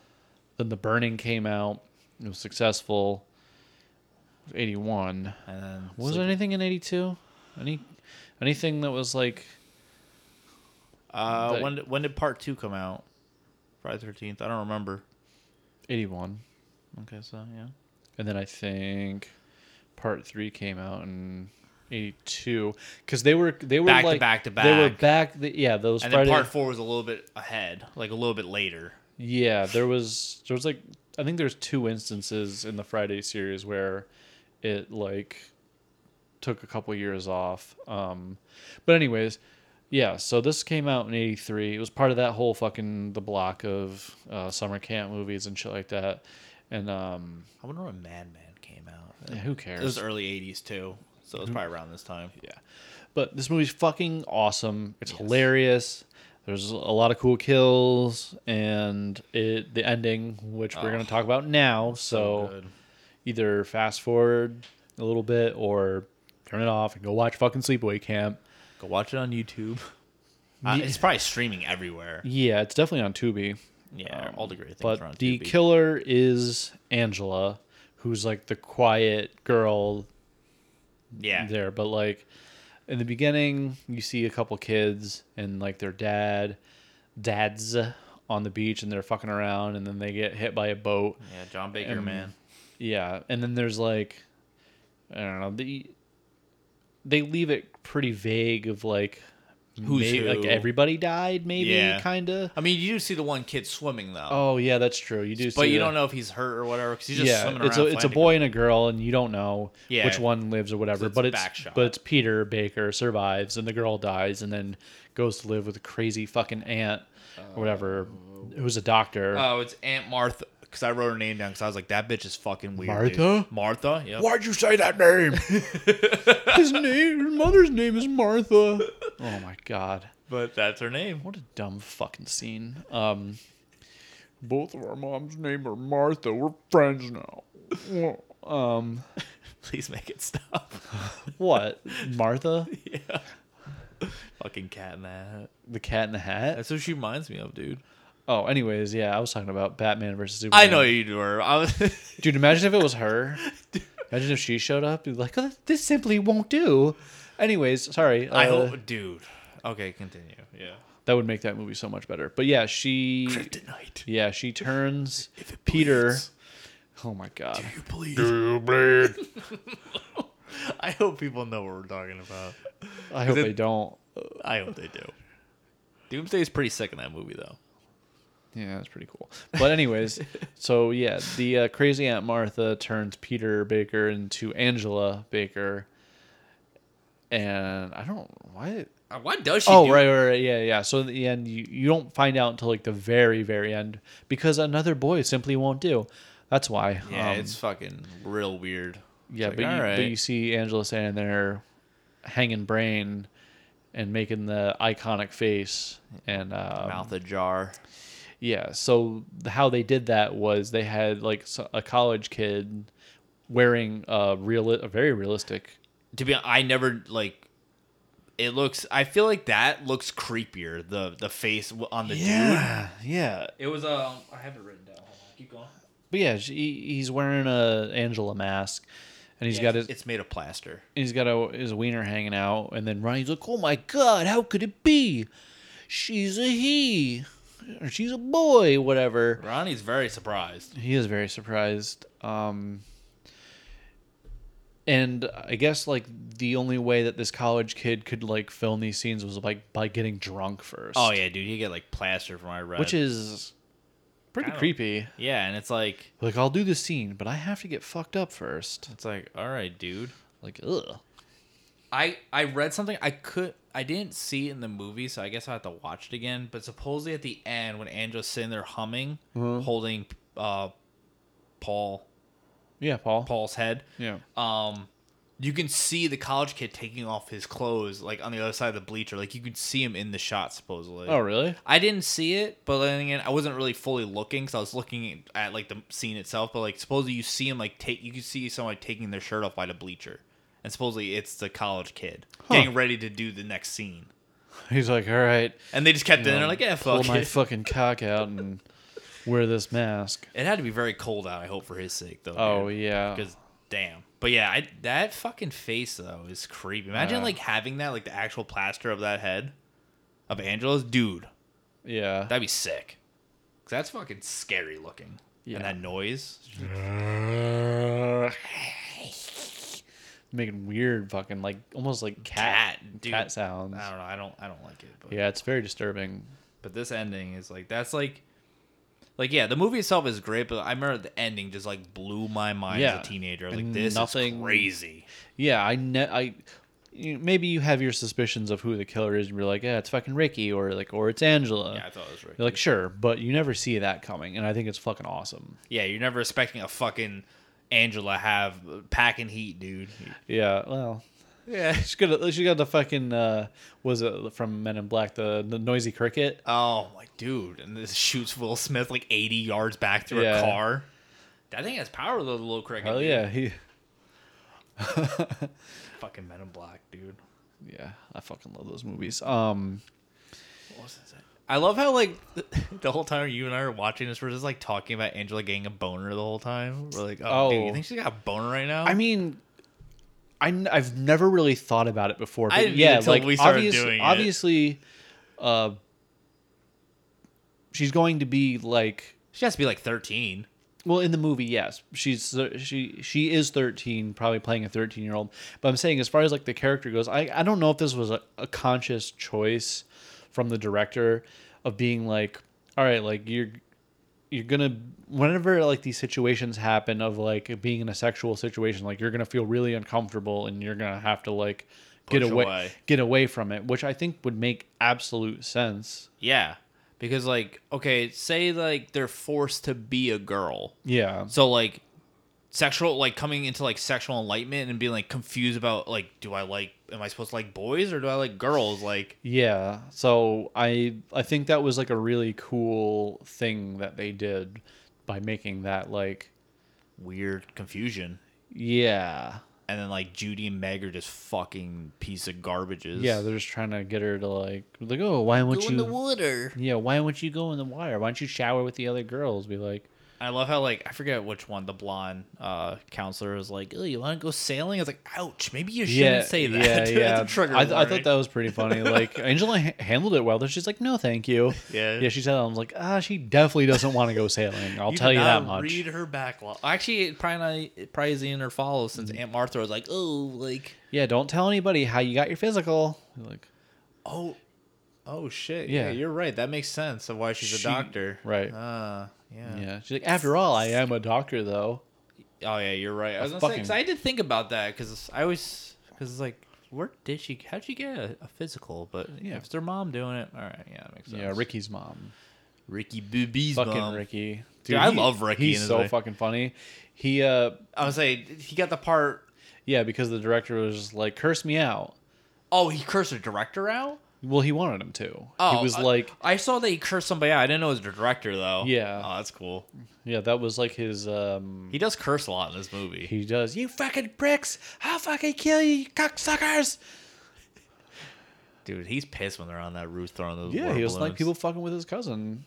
Speaker 7: Then The Burning came out. It was successful. eighty one.
Speaker 8: And then
Speaker 7: Was there anything in eighty two? Any anything that was like
Speaker 8: uh,
Speaker 7: the-
Speaker 8: when when did part two come out? Friday Thirteenth. I don't remember.
Speaker 7: eighty one?
Speaker 8: Okay, so yeah.
Speaker 7: And then I think part three came out in eighty two because they were they were
Speaker 8: Back to
Speaker 7: like
Speaker 8: back to
Speaker 7: They were
Speaker 8: back.
Speaker 7: back. The, yeah, those
Speaker 8: And
Speaker 7: Friday.
Speaker 8: then part four was a little bit ahead, like a little bit later.
Speaker 7: Yeah, there was there was like I think there's two instances in the Friday series where it like took a couple years off. Um but anyways, yeah, so this came out in 83. It was part of that whole fucking the block of uh, summer camp movies and shit like that. And um
Speaker 8: I wonder when Mad Men came out.
Speaker 7: yeah, who
Speaker 8: It
Speaker 7: cares?
Speaker 8: was early '80s too, so it was probably around this time.
Speaker 7: Yeah. But this movie's fucking awesome. It's hilarious. There's a lot of cool kills and it the ending, which we're gonna talk about now. So, either fast forward a little bit or turn it off and go watch fucking Sleepaway Camp.
Speaker 8: Go watch it on YouTube. Uh, It's probably streaming everywhere.
Speaker 7: Yeah, it's definitely on Tubi.
Speaker 8: Yeah, all Um, the great things are on
Speaker 7: But the
Speaker 8: Tubi.
Speaker 7: killer is Angela, who's like the quiet girl
Speaker 8: yeah,
Speaker 7: there. But like in the beginning, you see a couple kids and like their dad, dads on the beach and they're fucking around and then they get hit by a boat.
Speaker 8: yeah, John Baker,
Speaker 7: Um,
Speaker 8: man.
Speaker 7: Yeah, and then there's like I don't know the they leave it pretty vague of like
Speaker 8: Who's
Speaker 7: may- like
Speaker 8: who?
Speaker 7: everybody died maybe
Speaker 8: Yeah.
Speaker 7: kind of.
Speaker 8: I mean, you do see the one kid swimming though,
Speaker 7: Oh yeah, that's true. You do,
Speaker 8: but
Speaker 7: see
Speaker 8: you
Speaker 7: that.
Speaker 8: don't know if he's hurt or whatever because he's just
Speaker 7: yeah,
Speaker 8: swimming
Speaker 7: it's a
Speaker 8: around.
Speaker 7: it's a
Speaker 8: finding
Speaker 7: boy and a girl, and you don't know
Speaker 8: Yeah.
Speaker 7: which one lives or whatever.
Speaker 8: it's
Speaker 7: but
Speaker 8: a
Speaker 7: it's
Speaker 8: back shot.
Speaker 7: but it's Peter Baker survives, and the girl dies, and then goes to live with a crazy fucking aunt or whatever, who's a doctor.
Speaker 8: him. Oh, it's Aunt Martha. Because I wrote her name down because I was like, that bitch is fucking weird.
Speaker 7: Martha?
Speaker 8: dude. Martha. Yeah.
Speaker 7: Why'd you say that name? His name, her mother's name is Martha. Oh my god,
Speaker 8: But that's her name.
Speaker 7: what a dumb fucking scene. Um, both of our moms' name are Martha. We're friends now. Um,
Speaker 8: Please make it stop.
Speaker 7: what Martha,
Speaker 8: fucking cat in the hat.
Speaker 7: the Cat in the Hat?
Speaker 8: That's what she reminds me of, dude.
Speaker 7: Oh, anyways, yeah, I was talking about Batman versus Superman.
Speaker 8: I know you do her. I was.
Speaker 7: dude. Imagine if it was her. Imagine if she showed up. You'd be like, oh, this simply won't do. Anyways, sorry.
Speaker 8: I
Speaker 7: uh,
Speaker 8: hope, dude. Okay, continue. Yeah.
Speaker 7: that would make that movie so much better. But yeah, she.
Speaker 8: Tonight.
Speaker 7: Yeah, she turns Peter. Oh my god.
Speaker 8: Please. I hope people know what we're talking about.
Speaker 7: I hope
Speaker 8: it-
Speaker 7: they don't.
Speaker 8: I hope they do. Doomsday is pretty sick in that movie, though.
Speaker 7: Yeah, that's pretty cool. But anyways, so yeah, the uh, crazy Aunt Martha turns Peter Baker into Angela Baker. And I don't why
Speaker 8: Why Uh, does she?
Speaker 7: Oh right, right, right, yeah, yeah. So in the end, you, you don't find out until like the very, very end because another boy simply won't do. That's why.
Speaker 8: Yeah,
Speaker 7: um,
Speaker 8: it's fucking real weird.
Speaker 7: yeah,
Speaker 8: like,
Speaker 7: but, you, but
Speaker 8: alright.
Speaker 7: you see Angela standing there, hanging brain, and making the iconic face and um,
Speaker 8: Mouth ajar.
Speaker 7: Yeah. So how they did that was they had like s- a college kid wearing a real, a very realistic.
Speaker 8: To be, hon- I never like. It looks. I feel like that looks creepier. The the face w- on the
Speaker 7: yeah.
Speaker 8: dude. It was. Um, I have it written down. Hold on. Keep going.
Speaker 7: But yeah, she, he's wearing a Angela mask, and he's got his
Speaker 8: It's made of plaster.
Speaker 7: he's got a, his wiener hanging out, and then Ronnie's like, "Oh my god, how could it be? She's a he, or she's a boy, whatever."
Speaker 8: Ronnie's very surprised.
Speaker 7: He is very surprised. Um, and I guess like the only way that this college kid could like film these scenes was like by getting drunk first.
Speaker 8: Oh yeah, dude. You get like plaster from my red.
Speaker 7: which is pretty creepy.
Speaker 8: yeah, and it's like
Speaker 7: Like I'll do the scene, but I have to get fucked up first.
Speaker 8: it's like all right, dude.
Speaker 7: Like ugh.
Speaker 8: I I read something I could I didn't see it in the movie, so I guess I will have to watch it again. But supposedly at the end, when Angela's sitting there humming,
Speaker 7: Mm-hmm.
Speaker 8: holding uh, Paul
Speaker 7: Yeah, Paul.
Speaker 8: Paul's head,
Speaker 7: Yeah.
Speaker 8: um, you can see the college kid taking off his clothes, like on the other side of the bleacher. Like you can see him in the shot, supposedly.
Speaker 7: oh really?
Speaker 8: I didn't see it, but then again, I wasn't really fully looking because I was looking at like the scene itself. But like, supposedly you see him like take, you can see someone like, taking their shirt off by the bleacher, and supposedly it's the college kid getting ready to do the next scene,
Speaker 7: He's like, all right,
Speaker 8: and they just kept it. in
Speaker 7: um,
Speaker 8: there like, yeah,
Speaker 7: pull
Speaker 8: fuck
Speaker 7: my
Speaker 8: it.
Speaker 7: fucking cock out and wear this mask.
Speaker 8: it had to be very cold out. I hope for his sake though.
Speaker 7: Oh yeah.
Speaker 8: because damn, But yeah, I, that fucking face though is creepy. Imagine
Speaker 7: Yeah.
Speaker 8: like having that, like the actual plaster of that head of Angela's, dude.
Speaker 7: Yeah.
Speaker 8: That'd be sick. 'Cause that's fucking scary looking.
Speaker 7: Yeah.
Speaker 8: And that noise.
Speaker 7: Making weird fucking like almost like cat cat,
Speaker 8: Cat, dude.
Speaker 7: sounds.
Speaker 8: I don't know. I don't. I don't like it. But,
Speaker 7: Yeah, it's very disturbing.
Speaker 8: but this ending is like that's like, like yeah, the movie itself is great, but I remember the ending just like blew my mind
Speaker 7: Yeah.
Speaker 8: as a teenager. Like
Speaker 7: And
Speaker 8: this
Speaker 7: nothing-
Speaker 8: is crazy.
Speaker 7: Yeah, I ne- I you- maybe you have your suspicions of who the killer is and you're like, "Yeah, it's fucking Ricky or like or it's Angela."
Speaker 8: Yeah, I thought it was right.
Speaker 7: You're like, "Sure," but you never see that coming, and I think it's fucking awesome.
Speaker 8: yeah, you're never expecting a fucking Angela have packing heat, dude.
Speaker 7: Yeah, well,
Speaker 8: Yeah.
Speaker 7: she's got she got the fucking uh was it from Men in Black the, the noisy cricket?
Speaker 8: Oh my dude, and this shoots Will Smith like 80 yards back through
Speaker 7: Yeah.
Speaker 8: a car. That thing has power though, the little cricket.
Speaker 7: Oh
Speaker 8: dude.
Speaker 7: yeah, he
Speaker 8: Fucking Men in Black, dude.
Speaker 7: yeah, I fucking love those movies. Um
Speaker 8: I love how like the, the whole time you and I are watching this, we're just like talking about Angela getting a boner the whole time. We're like, oh, dude,
Speaker 7: Oh.
Speaker 8: you think she got a boner right now?
Speaker 7: I mean, I have never really thought about it before. But
Speaker 8: I didn't
Speaker 7: yeah,
Speaker 8: until
Speaker 7: like
Speaker 8: we started
Speaker 7: obvious-
Speaker 8: doing it.
Speaker 7: obviously, uh, she's going to be like
Speaker 8: she has to be like 13.
Speaker 7: well in the movie. Yes, she's she she is thirteen, probably playing a thirteen year old. But I'm saying as far as like the character goes, I I don't know if this was a, a conscious choice from the director of being like, all right, like you're you're gonna whenever like these situations happen of like being in a sexual situation like you're gonna feel really uncomfortable and you're gonna have to like get
Speaker 8: Push
Speaker 7: away,
Speaker 8: away.
Speaker 7: get away from it which i think would make absolute sense
Speaker 8: Yeah. Because like, okay, say like they're forced to be a girl.
Speaker 7: yeah
Speaker 8: So like sexual like coming into like sexual enlightenment and being like confused about like do I like am I supposed to like boys or do I like girls? Like
Speaker 7: yeah so i i think that was like a really cool thing that they did by making that like
Speaker 8: weird confusion.
Speaker 7: yeah
Speaker 8: And then like Judy and Meg are just fucking piece of garbages.
Speaker 7: yeah they're just trying to get her to like like oh why won't you
Speaker 8: water.
Speaker 7: yeah why won't you go in the water why don't you shower with the other girls be like
Speaker 8: I love how like I forget which one the blonde uh counselor is like, Oh, you wanna go sailing? I was like, ouch, maybe you shouldn't say that. That's
Speaker 7: Yeah, yeah.
Speaker 8: a trigger
Speaker 7: I, th- I thought
Speaker 8: warning.
Speaker 7: that was pretty funny. Like Angela ha- handled it well. Though she's like, "No, thank you."
Speaker 8: Yeah.
Speaker 7: yeah. She said, "I was like, ah, she definitely doesn't want to go sailing. I'll tell
Speaker 8: did
Speaker 7: you
Speaker 8: not
Speaker 7: that much."
Speaker 8: Read her backlog. Actually, it probably not, it probably isn't in her follow since
Speaker 7: Mm.
Speaker 8: Aunt Martha was like, "Oh, like
Speaker 7: Yeah, don't tell anybody how you got your physical. Like,
Speaker 8: Oh, oh shit! Yeah,
Speaker 7: Yeah.
Speaker 8: you're right. That makes sense of why she's
Speaker 7: She-
Speaker 8: a doctor.
Speaker 7: right?
Speaker 8: Uh, yeah.
Speaker 7: yeah. She's like, after all, I am a doctor, though.
Speaker 8: Oh yeah, you're right. I was gonna say
Speaker 7: fucking-
Speaker 8: 'cause I did think about that because I always because it's like where did she? How'd she get a, a physical? But yeah,
Speaker 7: Yeah.
Speaker 8: if it's their mom doing it, all right. Yeah, that makes sense.
Speaker 7: Yeah, Ricky's mom.
Speaker 8: Ricky Boobies,
Speaker 7: Fucking
Speaker 8: mom.
Speaker 7: Ricky.
Speaker 8: Dude, I love Ricky in
Speaker 7: He's
Speaker 8: his
Speaker 7: so
Speaker 8: way.
Speaker 7: fucking funny. He, uh,
Speaker 8: I was like, he got the part.
Speaker 7: yeah, because the director was just like, "Curse me out."
Speaker 8: Oh, he cursed the director out.
Speaker 7: Well, he wanted him to.
Speaker 8: Oh,
Speaker 7: he was
Speaker 8: I-
Speaker 7: like,
Speaker 8: I saw that he cursed somebody out. I didn't know it was the director though.
Speaker 7: Yeah.
Speaker 8: Oh, that's cool.
Speaker 7: yeah, that was like his. um
Speaker 8: He does curse a lot in this movie.
Speaker 7: He does. You fucking pricks! I'll fucking kill you, you cocksuckers!
Speaker 8: Dude, he's pissed when they're on that roof throwing those.
Speaker 7: Yeah,
Speaker 8: water
Speaker 7: he was
Speaker 8: balloons.
Speaker 7: like people fucking with his cousin.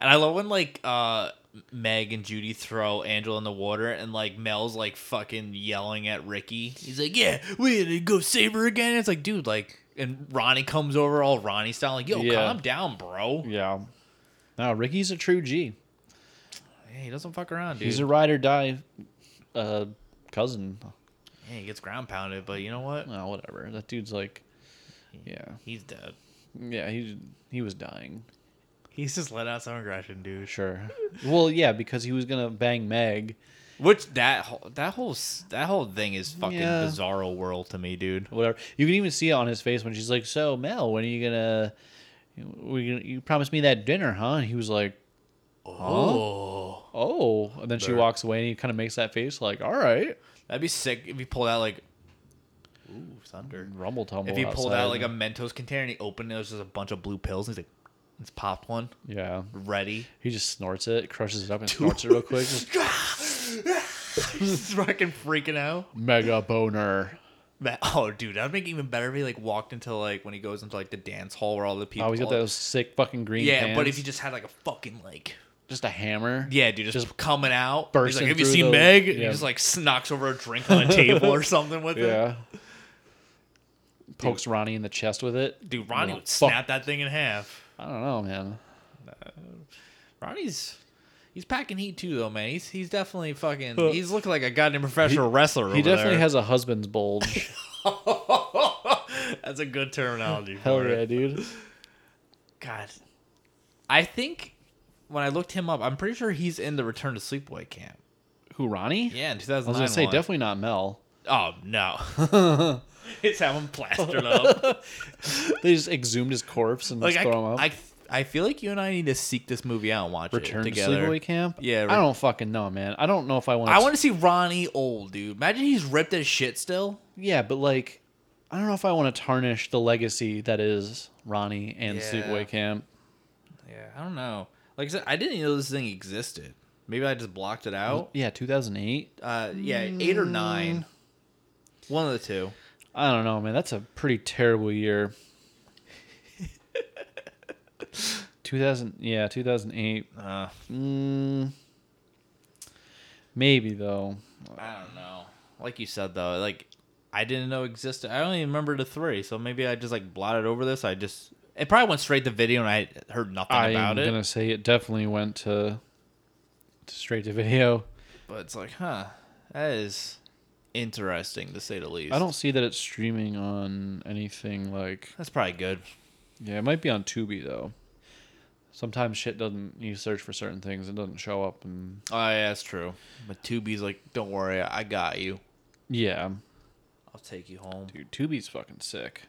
Speaker 8: And I love when like uh Meg and Judy throw Angela in the water, and like Mel's like fucking yelling at Ricky. He's like, "Yeah, we gotta go save her again." It's like, dude, like, and Ronnie comes over all Ronnie style, like, "Yo,
Speaker 7: Yeah.
Speaker 8: calm down, bro."
Speaker 7: Yeah. Now Ricky's a true G.
Speaker 8: Hey, he doesn't fuck around, dude.
Speaker 7: He's a ride or die uh, cousin.
Speaker 8: Yeah, he gets ground pounded, but you know what?
Speaker 7: Well, whatever. That dude's like, yeah,
Speaker 8: He's dead.
Speaker 7: yeah. He he was dying.
Speaker 8: He's just let out some aggression, dude.
Speaker 7: Sure. well, yeah, because he was gonna bang Meg.
Speaker 8: Which that whole that whole s- that whole thing is fucking
Speaker 7: Yeah.
Speaker 8: bizarro world to me, dude.
Speaker 7: Whatever. You can even see it on his face when she's like, "So Mel, when are you gonna? We you, you promised me that dinner, huh?" And he was like,
Speaker 8: Oh.
Speaker 7: "Oh." And then she walks away, and he kind of makes that face, like, "All right."
Speaker 8: That'd be sick if he pulled out like, ooh, thunder.
Speaker 7: Rumble tumble.
Speaker 8: If he pulled
Speaker 7: outside.
Speaker 8: out like a Mentos container and he opened it, it was just a bunch of blue pills. And he's like, "Let's pop one,
Speaker 7: Yeah,
Speaker 8: ready."
Speaker 7: he just snorts it, crushes it up, and snorts it real quick. Just,
Speaker 8: He's fucking freaking out.
Speaker 7: Mega boner.
Speaker 8: That, oh, dude, that'd make it even better if he like walked into like when he goes into like the dance hall where all the people.
Speaker 7: Oh, he's got those sick fucking green.
Speaker 8: yeah, but
Speaker 7: pants.
Speaker 8: if he just had like a fucking like
Speaker 7: just a hammer.
Speaker 8: Yeah, dude, just, coming out. He's
Speaker 7: bursting
Speaker 8: like, have you
Speaker 7: through
Speaker 8: seen
Speaker 7: the-
Speaker 8: Meg? And
Speaker 7: yeah.
Speaker 8: He just like knocks over a drink on a table or something with it.
Speaker 7: yeah. Pokes Ronnie in the chest with it.
Speaker 8: Dude, Ronnie
Speaker 7: Oh,
Speaker 8: would
Speaker 7: fuck.
Speaker 8: snap that thing in half.
Speaker 7: I don't know, man.
Speaker 8: Ronnie's he's packing heat too, though, man. He's he's definitely fucking. He's looking like a goddamn professional wrestler.
Speaker 7: Uh, He
Speaker 8: over
Speaker 7: definitely
Speaker 8: there.
Speaker 7: has a husband's bulge.
Speaker 8: That's a good terminology.
Speaker 7: Hell
Speaker 8: for it.
Speaker 7: yeah, dude.
Speaker 8: God, I think when I looked him up, I'm pretty sure he's in the Return to Sleepaway Camp.
Speaker 7: Who, Ronnie?
Speaker 8: Yeah, in
Speaker 7: I
Speaker 8: 2009.
Speaker 7: was gonna say
Speaker 8: one.
Speaker 7: definitely not Mel.
Speaker 8: Oh no, it's have him plastered up.
Speaker 7: They just exhumed his corpse and
Speaker 8: like
Speaker 7: just
Speaker 8: I,
Speaker 7: throw him up.
Speaker 8: I, I feel like you and I need to seek this movie out and watch
Speaker 7: Return
Speaker 8: it
Speaker 7: to
Speaker 8: together.
Speaker 7: sleepaway camp.
Speaker 8: Yeah,
Speaker 7: I don't fucking know, man. I don't know if I want.
Speaker 8: I want to see Ronnie old, dude. Imagine he's ripped as shit still.
Speaker 7: Yeah, but like, I don't know if I want to tarnish the legacy that is Ronnie and
Speaker 8: Yeah.
Speaker 7: sleepaway camp.
Speaker 8: Yeah, I don't know. Like I said, I didn't even know this thing existed. Maybe I just blocked it out.
Speaker 7: Yeah, 2008.
Speaker 8: Uh, yeah, eight or nine. One of the two.
Speaker 7: I don't know, man. That's a pretty terrible year. 2000. Yeah, 2008.
Speaker 8: Uh,
Speaker 7: Mm, maybe though.
Speaker 8: I don't know. Like you said though, like I didn't know existed. I only remember the three, so maybe I just like blotted over this. I just it probably went straight to video, and I heard nothing
Speaker 7: I'm
Speaker 8: about it.
Speaker 7: gonna say it definitely went to, to straight to video.
Speaker 8: But it's like, huh, that is interesting to say the least.
Speaker 7: I don't see that it's streaming on anything like
Speaker 8: That's probably good.
Speaker 7: Yeah, it might be on Tubi though. Sometimes shit doesn't. You search for certain things, it doesn't show up, and
Speaker 8: Oh yeah, that's true. But Tubi's like, don't worry, I got you.
Speaker 7: yeah,
Speaker 8: I'll take you home.
Speaker 7: dude, Tubi's fucking sick.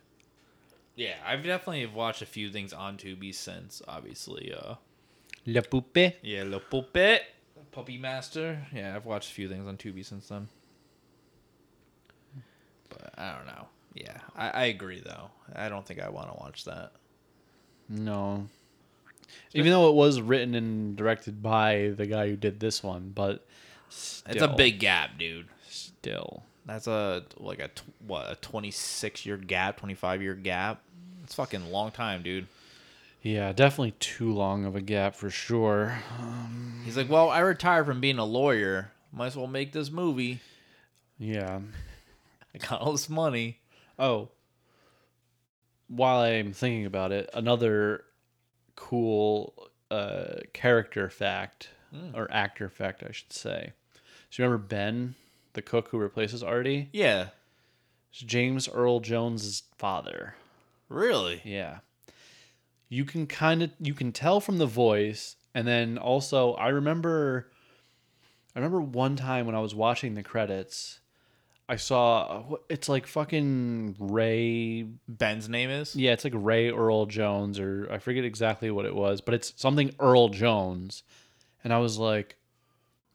Speaker 8: Yeah, I've definitely watched a few things on Tubi since, obviously. Uh,
Speaker 7: La Poupe.
Speaker 8: yeah, Le Puppet, Puppy Master. Yeah, I've watched a few things on Tubi since then. But I don't know. Yeah, I, I agree though. I don't think I want to watch that.
Speaker 7: No, even though it was written and directed by the guy who did this one, but still,
Speaker 8: It's a big gap, dude.
Speaker 7: still.
Speaker 8: That's a like a tw- what a twenty six year gap, twenty five year gap. It's fucking long time, dude.
Speaker 7: Yeah, definitely too long of a gap for sure.
Speaker 8: He's like, well, I retired from being a lawyer. Might as well make this movie.
Speaker 7: Yeah.
Speaker 8: I got all this money.
Speaker 7: Oh, while I'm thinking about it, another cool uh, character fact or actor fact, I should say. So you remember Ben, the cook who replaces Artie?
Speaker 8: Yeah,
Speaker 7: It's James Earl Jones' father.
Speaker 8: really.
Speaker 7: Yeah. You can kind of you can tell from the voice and then also I remember I remember one time when I was watching the credits I saw what- it's like fucking Ray
Speaker 8: Ben's name is.
Speaker 7: yeah, it's like Ray Earl Jones, or I forget exactly what it was, but it's something Earl Jones. And I was like,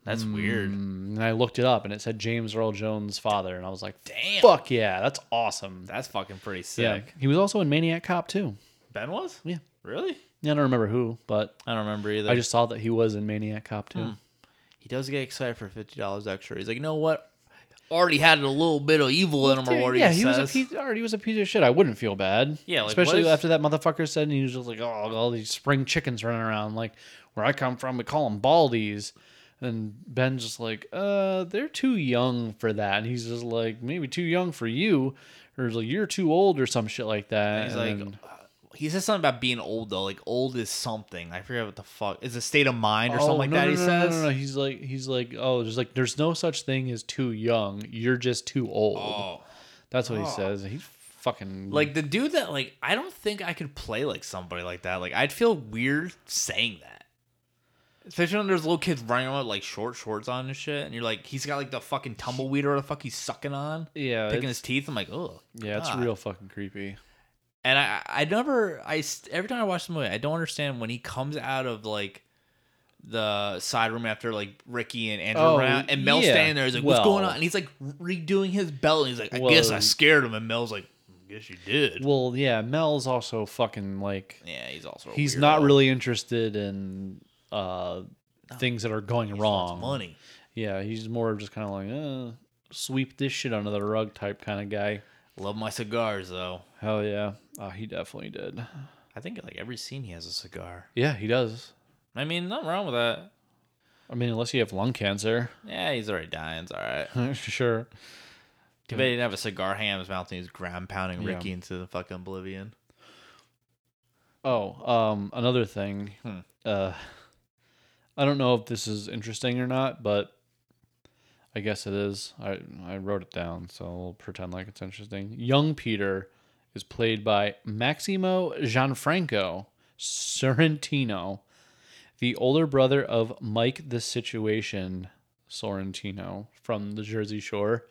Speaker 7: "Hmm,"
Speaker 8: That's weird.
Speaker 7: and I looked it up and it said James Earl Jones' father. And I was like,
Speaker 8: Damn.
Speaker 7: fuck yeah, that's awesome.
Speaker 8: That's fucking pretty sick.
Speaker 7: yeah. He was also in Maniac Cop too.
Speaker 8: Ben was?
Speaker 7: Yeah.
Speaker 8: Really?
Speaker 7: Yeah, I don't remember who, but
Speaker 8: I don't remember either.
Speaker 7: I just saw that he was in Maniac Cop
Speaker 8: Hmm.
Speaker 7: too.
Speaker 8: he does get excited for fifty dollars extra. He's like, you know what? Already had a little bit of evil in him or what
Speaker 7: yeah,
Speaker 8: he,
Speaker 7: he was a
Speaker 8: says.
Speaker 7: piece. Already was a piece of shit. I wouldn't feel bad.
Speaker 8: Yeah, like,
Speaker 7: especially
Speaker 8: what if-
Speaker 7: after that motherfucker said he was just like, oh, all these spring chickens running around. Like where I come from, we call them baldies. And Ben's just like, uh, they're too young for that. And he's just like, maybe too young for you, or like you're too old, or some shit like that.
Speaker 8: He's
Speaker 7: And
Speaker 8: like, uh,
Speaker 7: then-
Speaker 8: He says something about being old though. Like old is something. I forget what the fuck. It's a state of mind or something like
Speaker 7: Oh, no,
Speaker 8: that.
Speaker 7: no,
Speaker 8: he
Speaker 7: no, no,
Speaker 8: "Oh, says.
Speaker 7: no, no, He's like, he's like, oh, there's like, there's no such thing as too young. You're just too old.
Speaker 8: Oh.
Speaker 7: That's what he says. He's fucking
Speaker 8: Like the dude that like I don't think I could play like somebody like that. Like I'd feel weird saying that. Especially when there's little kids running around with like short shorts on and shit, and you're like, he's got like the fucking tumbleweed or the fuck he's sucking on,
Speaker 7: yeah,
Speaker 8: picking
Speaker 7: it's-
Speaker 8: his teeth. I'm like, oh,
Speaker 7: yeah, it's
Speaker 8: God.
Speaker 7: real fucking creepy.
Speaker 8: And I, I never, I st- every time I watch the movie, I don't understand when he comes out of like the side room after like Ricky and Andrew
Speaker 7: Oh,
Speaker 8: are out, and Mel's
Speaker 7: yeah.
Speaker 8: standing there. He's like, "What's going
Speaker 7: Well-
Speaker 8: on?" And he's like redoing his belt. And he's like, "I
Speaker 7: Well-
Speaker 8: guess I scared him." And Mel's like, "Guess you did."
Speaker 7: Well, yeah, Mel's also fucking like
Speaker 8: yeah, he's also a
Speaker 7: he's
Speaker 8: weirdo.
Speaker 7: not really interested in uh things that are going
Speaker 8: He just wants
Speaker 7: wrong.
Speaker 8: money.
Speaker 7: Yeah, he's more of just kind of like uh, sweep this shit under the rug type kind of guy.
Speaker 8: Love my cigars though.
Speaker 7: Hell yeah, oh, he definitely did.
Speaker 8: I think like every scene he has a cigar.
Speaker 7: Yeah, he does.
Speaker 8: I mean, nothing wrong with that.
Speaker 7: I mean, unless you have lung cancer,
Speaker 8: Yeah, he's already dying. It's all right.
Speaker 7: sure.
Speaker 8: Too bad he didn't have a cigar hanging out of his mouth and he's ground pounding
Speaker 7: Yeah.
Speaker 8: Ricky into the fucking oblivion.
Speaker 7: Oh, um, another thing. Uh, I don't know if this is interesting or not, but I guess it is. I I wrote it down, so I'll pretend like it's interesting. Young Peter is played by Maximo Gianfranco Sorrentino, the older brother of Mike the Situation Sorrentino from the Jersey Shore.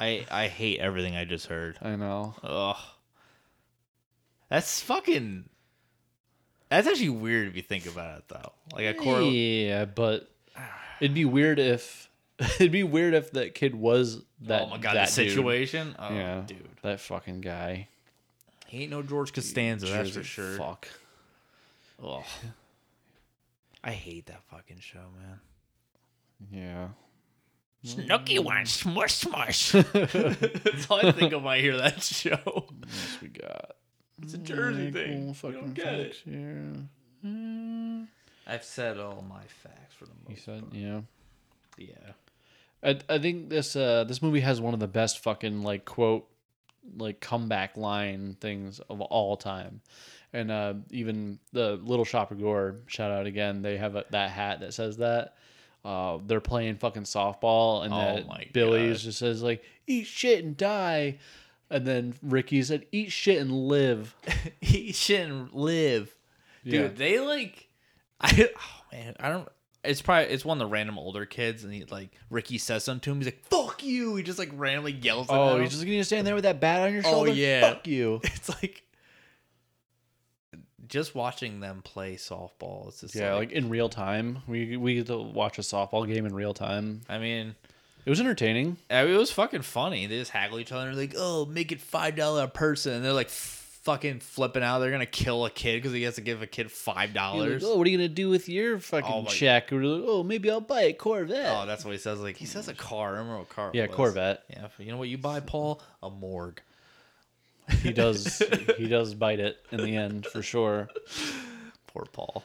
Speaker 8: I I hate everything I just heard.
Speaker 7: I know.
Speaker 8: Ugh. That's fucking. That's actually weird if you think about it, though. Like a core.
Speaker 7: Yeah, but it'd be weird if it'd be weird if that kid was that.
Speaker 8: oh my god,
Speaker 7: that
Speaker 8: the
Speaker 7: dude.
Speaker 8: situation. Oh,
Speaker 7: Yeah,
Speaker 8: dude,
Speaker 7: that fucking guy.
Speaker 8: he ain't no George Costanza. That's for
Speaker 7: Jersey
Speaker 8: sure.
Speaker 7: Fuck.
Speaker 8: Ugh. I hate that fucking show, man.
Speaker 7: Yeah.
Speaker 8: Snooky one, smush smush. That's all I think of when I hear that show.
Speaker 7: What we got?
Speaker 8: It's a Jersey thing. You
Speaker 7: fucking
Speaker 8: don't get it.
Speaker 7: facts here.
Speaker 8: I've said all my facts for the
Speaker 7: He
Speaker 8: most.
Speaker 7: said, yeah.
Speaker 8: Yeah.
Speaker 7: I, I think this uh this movie has one of the best fucking like quote like comeback line things of all time. And uh even the little shop of gore shout out again, they have a, that hat that says that. Uh, they're playing fucking softball and
Speaker 8: Oh
Speaker 7: that
Speaker 8: my
Speaker 7: Billy's
Speaker 8: God.
Speaker 7: just says like eat shit and die and then Ricky said eat shit and live.
Speaker 8: he shouldn't live. Dude,
Speaker 7: Yeah.
Speaker 8: they like I oh man, I don't it's probably it's one of the random older kids and he like Ricky says something to him, he's like, Fuck you. He just like randomly yells at
Speaker 7: Oh,
Speaker 8: him.
Speaker 7: you're just gonna stand there with that bat on your
Speaker 8: Oh,
Speaker 7: shoulder?
Speaker 8: yeah.
Speaker 7: Fuck you.
Speaker 8: it's like just watching them play softball, it's just
Speaker 7: Yeah,
Speaker 8: like,
Speaker 7: like in real time. We we get to watch a softball game in real time.
Speaker 8: I mean
Speaker 7: It was entertaining.
Speaker 8: I mean, it was fucking funny. They just haggle each other. They're like, "Oh, make it five dollar a person," and they're like, fucking flipping out. They're gonna kill a kid because he has to give a kid five
Speaker 7: Like,
Speaker 8: dollars.
Speaker 7: oh, what are you gonna do with your fucking
Speaker 8: Oh, my-
Speaker 7: check? Or, oh, maybe I'll buy a Corvette.
Speaker 8: Oh, that's what he says. Like he says a car. I don't remember what car. it
Speaker 7: yeah,
Speaker 8: was.
Speaker 7: Corvette.
Speaker 8: Yeah, you know what you buy, Paul? A morgue.
Speaker 7: He does. he does bite it in the end for sure.
Speaker 8: Poor Paul.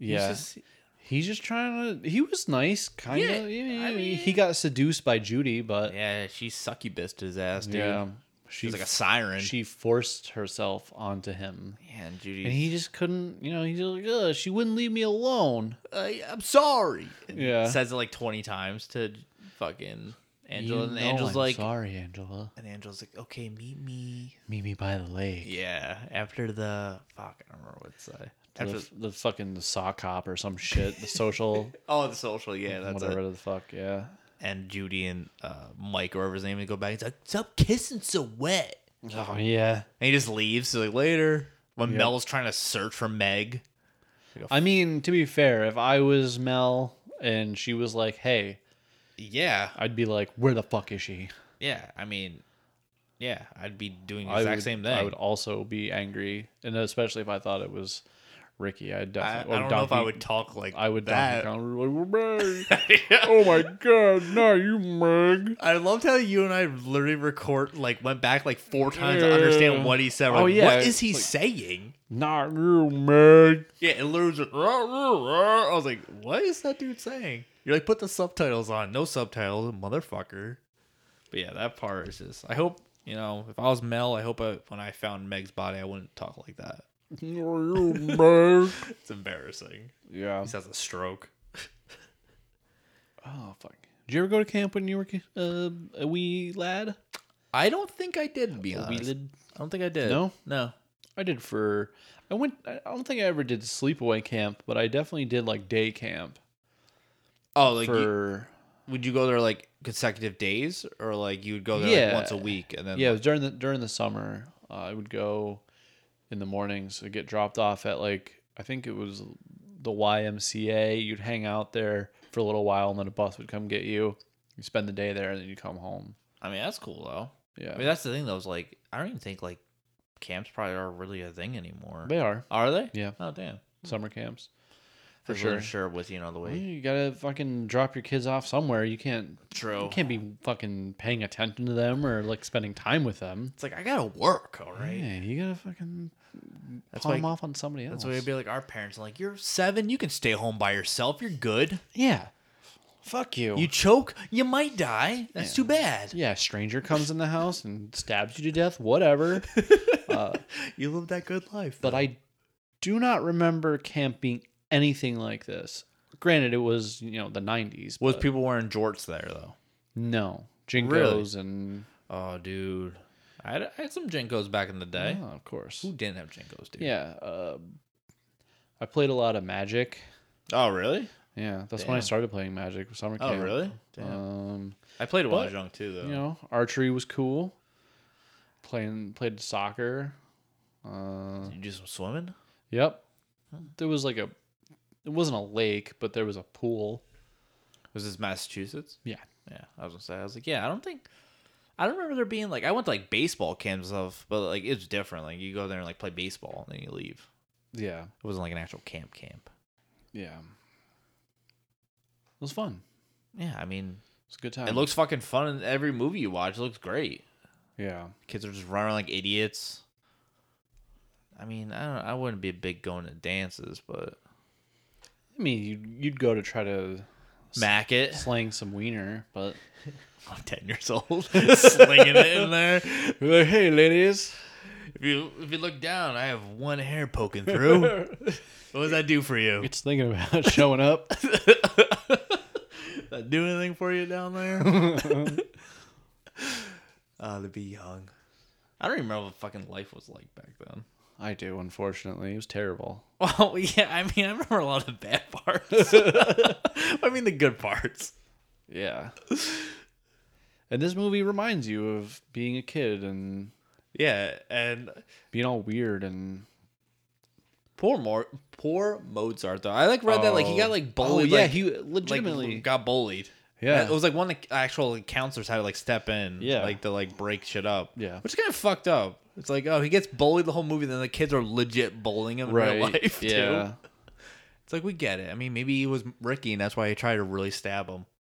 Speaker 8: He's
Speaker 7: Yeah,
Speaker 8: just-
Speaker 7: he's just trying to. He was nice, kind
Speaker 8: Yeah,
Speaker 7: of. Yeah,
Speaker 8: I
Speaker 7: yeah,
Speaker 8: mean-
Speaker 7: he got seduced by Judy, but
Speaker 8: yeah, she succubused his ass, dude.
Speaker 7: yeah,
Speaker 8: She's
Speaker 7: she
Speaker 8: like a siren.
Speaker 7: she forced herself onto him,
Speaker 8: yeah, and Judy.
Speaker 7: and he just couldn't. You know, he's like, Ugh, she wouldn't leave me alone.
Speaker 8: I, I'm sorry. And
Speaker 7: Yeah.
Speaker 8: Says it like 20 times to fucking Angela,
Speaker 7: You
Speaker 8: and
Speaker 7: know
Speaker 8: Angela's
Speaker 7: I'm
Speaker 8: like,
Speaker 7: sorry, Angela.
Speaker 8: and Angela's like, okay, meet me.
Speaker 7: Meet me by the lake.
Speaker 8: Yeah, after the fuck, I don't remember what to say.
Speaker 7: The,
Speaker 8: After
Speaker 7: f- the fucking sock hop or some shit. The social
Speaker 8: oh, the social, yeah, that's
Speaker 7: whatever
Speaker 8: it.
Speaker 7: the fuck, yeah.
Speaker 8: And Judy and uh, Mike, or whatever his name, is, go back. He's like, stop kissing so wet.
Speaker 7: Oh yeah.
Speaker 8: And he just leaves. So like later, when Mel's trying to search for Meg,
Speaker 7: I mean, to be fair, if I was Mel and she was like, "Hey,"
Speaker 8: yeah,
Speaker 7: I'd be like, "Where the fuck is she?"
Speaker 8: yeah. I mean, yeah, I'd be doing the
Speaker 7: I
Speaker 8: exact
Speaker 7: would-
Speaker 8: same thing.
Speaker 7: I would also be angry, and especially if I thought it was Ricky, I'd
Speaker 8: I, I
Speaker 7: definitely. or
Speaker 8: don't know if I
Speaker 7: Donkey-
Speaker 8: would talk like
Speaker 7: I would
Speaker 8: that.
Speaker 7: Donkey Kong, like, "Meg, oh my god, not you, Meg.
Speaker 8: I loved how you and I literally record like went back like four times to understand what he said. We're
Speaker 7: Oh,
Speaker 8: like,
Speaker 7: yeah,
Speaker 8: what is
Speaker 7: it's
Speaker 8: he
Speaker 7: like-
Speaker 8: saying?
Speaker 7: Not you, Meg.
Speaker 8: Yeah, and literally was like, "Rah, rah, rah." I was like, what is that dude saying? You're like, put the subtitles on. No subtitles, motherfucker. But yeah, that part is just. I hope you know. If I was Mel, I hope I, when I found Meg's body, I wouldn't talk like that.
Speaker 7: You, Meg."
Speaker 8: It's embarrassing.
Speaker 7: Yeah.
Speaker 8: He has a stroke.
Speaker 7: Oh fuck. Did you ever go to camp when you were ki- uh, a wee lad?
Speaker 8: I don't think I did. To be honest,
Speaker 7: did.
Speaker 8: I don't think I did.
Speaker 7: No?
Speaker 8: no.
Speaker 7: I did for. I went. I don't think I ever did sleepaway camp, but I definitely did like day camp
Speaker 8: Oh, like you,
Speaker 7: for.
Speaker 8: would you go there like consecutive days, or like you would go there like
Speaker 7: Yeah.
Speaker 8: once a week and then
Speaker 7: yeah, it was during the during the summer. Uh, I would go in the mornings. I'd get dropped off at like I think it was the YMCA. You'd hang out there for a little while, and then a bus would come get you. You spend the day there, and then you come home.
Speaker 8: I mean, that's cool though.
Speaker 7: Yeah,
Speaker 8: I mean, that's the thing though. Is like, I don't even think like camps probably are really a thing anymore.
Speaker 7: they are
Speaker 8: Are they?
Speaker 7: Yeah.
Speaker 8: Oh damn.
Speaker 7: summer camps.
Speaker 8: For
Speaker 7: sure.
Speaker 8: sure was you know the way.
Speaker 7: You gotta fucking drop your kids off somewhere. You can't.
Speaker 8: True.
Speaker 7: You can't be fucking paying attention to them or like spending time with them.
Speaker 8: It's like I gotta work, all right.
Speaker 7: Yeah, you gotta fucking
Speaker 8: That's
Speaker 7: palm
Speaker 8: why-
Speaker 7: them off on somebody else.
Speaker 8: That's why it'd be like our parents are like, You're seven, you can stay home by yourself, you're good.
Speaker 7: yeah. Fuck you.
Speaker 8: You choke, you might die. That's too bad.
Speaker 7: Yeah, stranger comes in the house and stabs you to death. Whatever.
Speaker 8: You live that good life.
Speaker 7: but I do not remember camp being anything like this. Granted, it was you know the '90s.
Speaker 8: was
Speaker 7: but
Speaker 8: people wearing jorts there though?
Speaker 7: no jinkos and
Speaker 8: Oh dude. I had, I had some Jenkos back in the day.
Speaker 7: oh, of course,
Speaker 8: Eh? Who didn't have Jenkos, dude?
Speaker 7: yeah. Uh, I played a lot of Magic.
Speaker 8: Oh really?
Speaker 7: Yeah, that's when I started playing Magic with summer
Speaker 8: Oh
Speaker 7: camp.
Speaker 8: really? Damn.
Speaker 7: Um,
Speaker 8: I played a while
Speaker 7: but,
Speaker 8: young too though.
Speaker 7: you know, archery was cool. Playing played soccer. Uh,
Speaker 8: Did you do some swimming?
Speaker 7: yep. There was like a, it wasn't a lake, but there was a pool.
Speaker 8: Was this Massachusetts?
Speaker 7: Yeah.
Speaker 8: Yeah, I was gonna say. I was like, yeah, I don't think. I don't remember there being like I went to like baseball camps and stuff, but like it's different. Like you go there and like play baseball and then you leave.
Speaker 7: Yeah.
Speaker 8: It wasn't like an actual camp camp.
Speaker 7: Yeah. It was fun.
Speaker 8: Yeah, I mean,
Speaker 7: It was a good time.
Speaker 8: it looks fucking fun in every movie you watch. It looks great.
Speaker 7: Yeah.
Speaker 8: Kids are just running like idiots. I mean, I don't. I wouldn't be a big going to dances, but
Speaker 7: I mean, you'd, you'd go to try to
Speaker 8: mac it.
Speaker 7: slang some wiener, but
Speaker 8: I'm ten years old, slinging it in there.
Speaker 7: You're like, hey, ladies.
Speaker 8: If you if you look down, I have one hair poking through. what does that do for you?
Speaker 7: It's thinking about showing up.
Speaker 8: that do anything for you down there? Ah, to be young. I don't even remember what fucking life was like back then.
Speaker 7: I do, unfortunately. It was terrible.
Speaker 8: Well, yeah, I mean, I remember a lot of bad parts. I mean, the good parts.
Speaker 7: Yeah. and this movie reminds you of being a kid and
Speaker 8: Yeah, and
Speaker 7: being all weird and
Speaker 8: poor Mor- poor Mozart though. I like read that like he
Speaker 7: Oh.
Speaker 8: got like
Speaker 7: Oh,
Speaker 8: bullied.
Speaker 7: yeah,
Speaker 8: like-
Speaker 7: he
Speaker 8: like,
Speaker 7: legitimately-
Speaker 8: got bullied.
Speaker 7: Yeah.
Speaker 8: it was like one of the actual like, counselors had to like step in.
Speaker 7: Yeah.
Speaker 8: like to like break shit up.
Speaker 7: Yeah.
Speaker 8: which is kind of fucked up. It's like oh he gets bullied the whole movie, then the kids are legit bullying him in real life. too.
Speaker 7: yeah.
Speaker 8: It's like we get it. I mean, maybe he was Ricky, and that's why he tried to really stab him.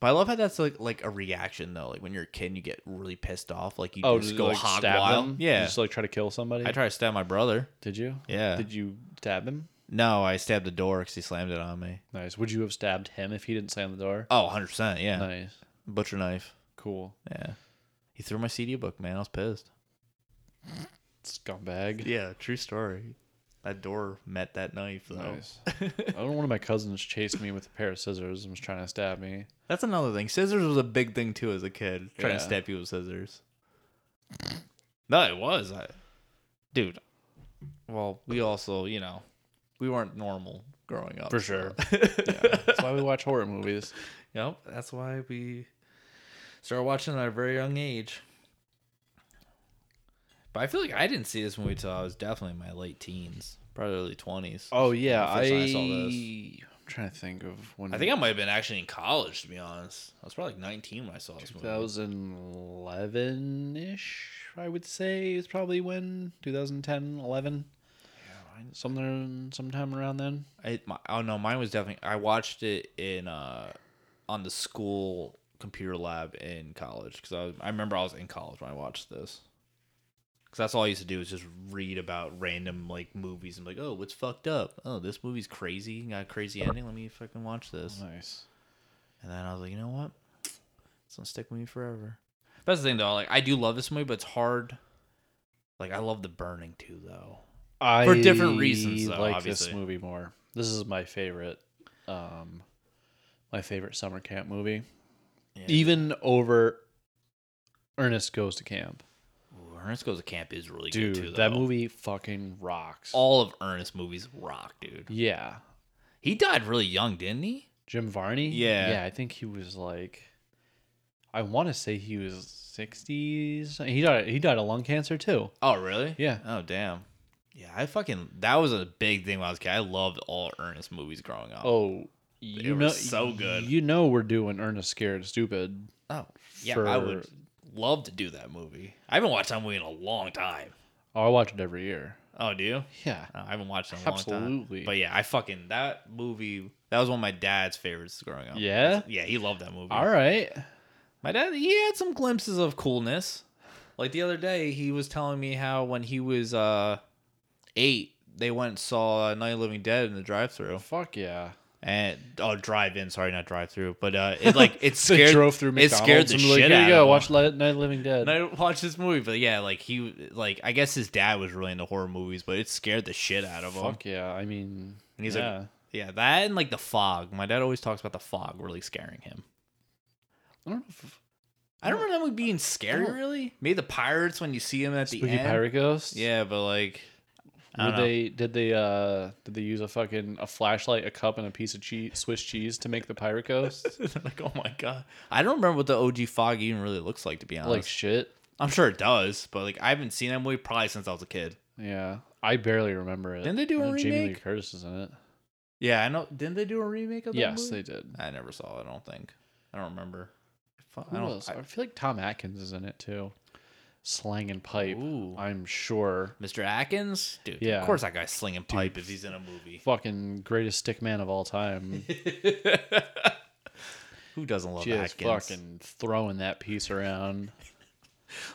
Speaker 8: But I love how that's like like a reaction though. Like when you're a kid, and you get really pissed off. Like you
Speaker 7: Oh,
Speaker 8: just
Speaker 7: did
Speaker 8: go
Speaker 7: you, like,
Speaker 8: hog
Speaker 7: stab
Speaker 8: wild.
Speaker 7: them?
Speaker 8: Yeah,
Speaker 7: You just like try to kill somebody?
Speaker 8: I tried to stab my brother.
Speaker 7: Did you?
Speaker 8: Yeah.
Speaker 7: Did you stab him?
Speaker 8: No, I stabbed the door because he slammed it on me.
Speaker 7: Nice. Would you have stabbed him if he didn't slam the door?
Speaker 8: Oh, 100 percent. Yeah,
Speaker 7: Nice.
Speaker 8: butcher knife.
Speaker 7: Cool.
Speaker 8: Yeah, he threw my CD book. Man, I was pissed.
Speaker 7: Scumbag.
Speaker 8: Yeah, true story. That door met that knife though.
Speaker 7: Nice. Oh. I don't. One of my cousins chased me with a pair of scissors and was trying to stab me.
Speaker 8: That's another thing. Scissors was a big thing too as a kid. Trying
Speaker 7: Yeah.
Speaker 8: to stab you with scissors. No, it was. I, dude. Well, we also, you know, we weren't normal growing up. so-
Speaker 7: That's why we watch horror movies.
Speaker 8: Yep. That's why we started watching at a very young age. But I feel like I didn't see this movie till I was definitely in my late teens, probably early twenties.
Speaker 7: Oh yeah, I.
Speaker 8: First time I saw
Speaker 7: am trying to think of when.
Speaker 8: I think I might have been actually in college, to be honest. I was probably like 19 when I saw this movie.
Speaker 7: 2011 ish. I would say is probably when 2010, 11. Something, sometime around then.
Speaker 8: I, my, oh no, mine was definitely. I watched it in uh on the school computer lab in college because I, was- I remember I was in college when I watched this. Because that's all I used to do is just read about random like movies and be like, oh, what's fucked up? Oh, this movie's crazy. Got a crazy ending. Let me fucking watch this.
Speaker 7: Nice.
Speaker 8: And then I was like, you know what? It's gonna stick with me forever. That's the thing though. Like I do love this movie, but it's hard. Like I love the burning too though.
Speaker 7: I
Speaker 8: For different reasons, though,
Speaker 7: like
Speaker 8: obviously.
Speaker 7: this movie more. This is my favorite, um, my favorite summer camp movie, even over Ernest Goes to Camp.
Speaker 8: Ooh, Ernest Goes to Camp is really
Speaker 7: Dude,
Speaker 8: good too. Though.
Speaker 7: that movie fucking rocks.
Speaker 8: all of Ernest movies rock, dude.
Speaker 7: yeah,
Speaker 8: He died really young, didn't he?
Speaker 7: Jim Varney.
Speaker 8: Yeah.
Speaker 7: yeah. I think he was like, I want to say he was sixties. He died. He died of lung cancer too.
Speaker 8: Oh, really?
Speaker 7: Yeah.
Speaker 8: Oh, damn. Yeah, I fucking that was a big thing when I was a kid. I loved all Ernest movies growing up.
Speaker 7: Oh, you
Speaker 8: were
Speaker 7: know,
Speaker 8: so good.
Speaker 7: You know, we're doing Ernest Scared Stupid.
Speaker 8: Oh, yeah, I
Speaker 7: for-
Speaker 8: would love to do that movie. I haven't watched that movie in a long time.
Speaker 7: Oh, I watch it every year.
Speaker 8: Oh, do you?
Speaker 7: Yeah.
Speaker 8: Oh, I haven't watched it in a long time.
Speaker 7: Absolutely.
Speaker 8: But yeah, I fucking that movie. That was one of my dad's favorites growing up.
Speaker 7: Yeah?
Speaker 8: Yeah, he loved that movie.
Speaker 7: All right.
Speaker 8: My dad, he had some glimpses of coolness. Like the other day, he was telling me how when he was uh eight, they went and saw uh, Night of the Living Dead in the drive-through
Speaker 7: Fuck yeah.
Speaker 8: and oh, drive-in. Sorry, not drive-through, but uh, it like it scared
Speaker 7: drove through
Speaker 8: It
Speaker 7: McDonald's.
Speaker 8: scared the
Speaker 7: and
Speaker 8: shit
Speaker 7: like,
Speaker 8: out
Speaker 7: Here you go.
Speaker 8: of
Speaker 7: Watch
Speaker 8: him.
Speaker 7: Li- Night of the Living Dead.
Speaker 8: And I watched this movie, but yeah, like he, like I guess his dad was really into horror movies, but it scared the shit out of him.
Speaker 7: Fuck yeah. I mean,
Speaker 8: And he's
Speaker 7: yeah.
Speaker 8: like, yeah, that and like the fog. My dad always talks about the fog really scaring him.
Speaker 7: I don't know if
Speaker 8: I don't remember that being scary really. Maybe the pirates when you see them at the
Speaker 7: Spooky
Speaker 8: end.
Speaker 7: Pirate Ghost.
Speaker 8: Yeah, but like,
Speaker 7: Did
Speaker 8: I don't know.
Speaker 7: they did they uh did they use a fucking a flashlight, a cup, and a piece of cheese, Swiss cheese to make the pirate ghost?
Speaker 8: like oh my god, I don't remember what the OG fog even really looks like to be honest.
Speaker 7: like shit.
Speaker 8: I'm sure it does, but like I haven't seen that movie probably since I was a kid.
Speaker 7: Yeah, I barely remember it.
Speaker 8: Didn't they do
Speaker 7: I
Speaker 8: a
Speaker 7: know Jamie Lee
Speaker 8: remake?
Speaker 7: Curtis is in it.
Speaker 8: Yeah, I know. Didn't they do a remake of that?
Speaker 7: yes,
Speaker 8: movie?
Speaker 7: they did.
Speaker 8: I never saw. it, I don't think. I don't remember. Fu- I
Speaker 7: Who
Speaker 8: don't.
Speaker 7: else?
Speaker 8: I-
Speaker 7: I, feel like Tom Atkins is in it too. Slang and pipe.
Speaker 8: Ooh.
Speaker 7: I'm sure.
Speaker 8: Mr. Atkins, dude.
Speaker 7: Yeah.
Speaker 8: Of course, that guy's slinging pipe if he's in a movie.
Speaker 7: Fucking greatest stick man of all time.
Speaker 8: Who doesn't love
Speaker 7: Just
Speaker 8: Atkins?
Speaker 7: fucking throwing that piece around.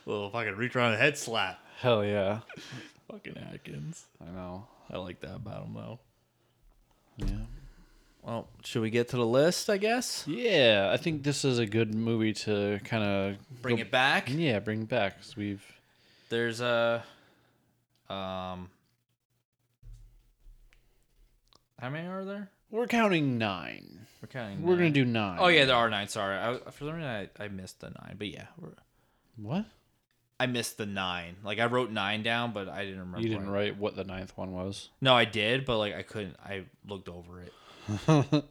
Speaker 8: little fucking reach around the head slap.
Speaker 7: Hell yeah.
Speaker 8: Fucking Atkins.
Speaker 7: I know.
Speaker 8: I like that about him though.
Speaker 7: Yeah.
Speaker 8: Well, should we get to the list? I guess.
Speaker 7: Yeah, I think this is a good movie to kind of
Speaker 8: Bring it back.
Speaker 7: Yeah, bring back. 'cause we've
Speaker 8: There's a. Um. How many are there?
Speaker 7: we're counting nine.
Speaker 8: We're counting.
Speaker 7: We're gonna
Speaker 8: nine.
Speaker 7: do nine.
Speaker 8: Oh yeah, there are nine. Sorry, I, for some reason I, I missed the nine, but yeah, we're,
Speaker 7: What?
Speaker 8: I missed the nine. Like I wrote nine down, but I didn't remember.
Speaker 7: You didn't
Speaker 8: what I-
Speaker 7: write what the ninth one was.
Speaker 8: No, I did, but like I couldn't. I looked over it.
Speaker 7: Okay.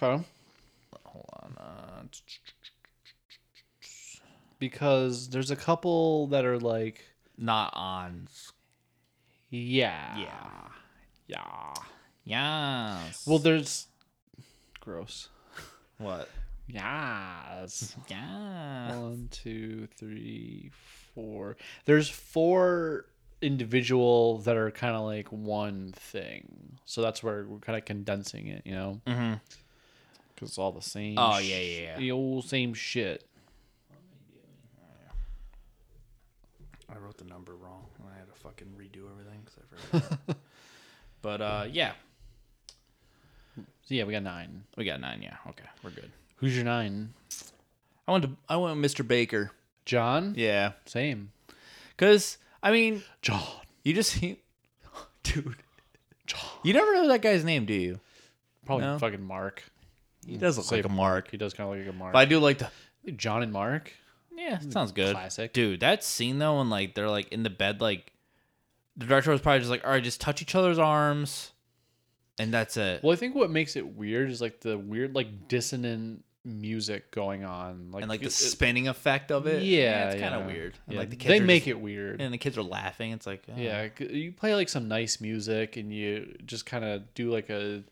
Speaker 8: Hold on. Uh,
Speaker 7: Because there's a couple that are like,
Speaker 8: not on.
Speaker 7: yeah,
Speaker 8: Yeah.
Speaker 7: yeah.
Speaker 8: Yes.
Speaker 7: Well, there's gross.
Speaker 8: what?
Speaker 7: Yes.
Speaker 8: Yeah.
Speaker 7: One, two, three, four. There's four individual that are kind of like one thing. So that's where we're kind of condensing it, you know? Mm-hmm. Because it's all the same.
Speaker 8: Oh, yeah, yeah, yeah.
Speaker 7: The old same shit.
Speaker 8: I wrote the number wrong, and I had to fucking redo everything because I forgot. but uh, yeah,
Speaker 7: So yeah, we got nine.
Speaker 8: we got nine. Yeah, okay, we're good.
Speaker 7: Who's your nine?
Speaker 8: I went to I went with Mr. Baker.
Speaker 7: John?
Speaker 8: Yeah,
Speaker 7: Same.
Speaker 8: because I mean,
Speaker 7: John.
Speaker 8: you just he, dude. You never know that guy's name, do you?
Speaker 7: Probably
Speaker 8: No.
Speaker 7: fucking Mark.
Speaker 8: He does look like a mark.
Speaker 7: He does kind of look like a Mark.
Speaker 8: But I do like the
Speaker 7: John and Mark?
Speaker 8: Yeah, sounds good.
Speaker 7: classic.
Speaker 8: Dude, that scene though when like they're like in the bed, like the director was probably just like, all right, just touch each other's arms and that's it.
Speaker 7: Well, I think what makes it weird is like the weird, like dissonant music going on. Like,
Speaker 8: and like the
Speaker 7: it- it-
Speaker 8: spinning effect of it.
Speaker 7: Yeah,
Speaker 8: it's kinda
Speaker 7: yeah.
Speaker 8: weird. And
Speaker 7: Yeah,
Speaker 8: like the kids
Speaker 7: they
Speaker 8: are
Speaker 7: make
Speaker 8: just-
Speaker 7: it weird.
Speaker 8: and the kids are laughing. It's like oh.
Speaker 7: yeah, c- you play like some nice music, and you just kind of do like a,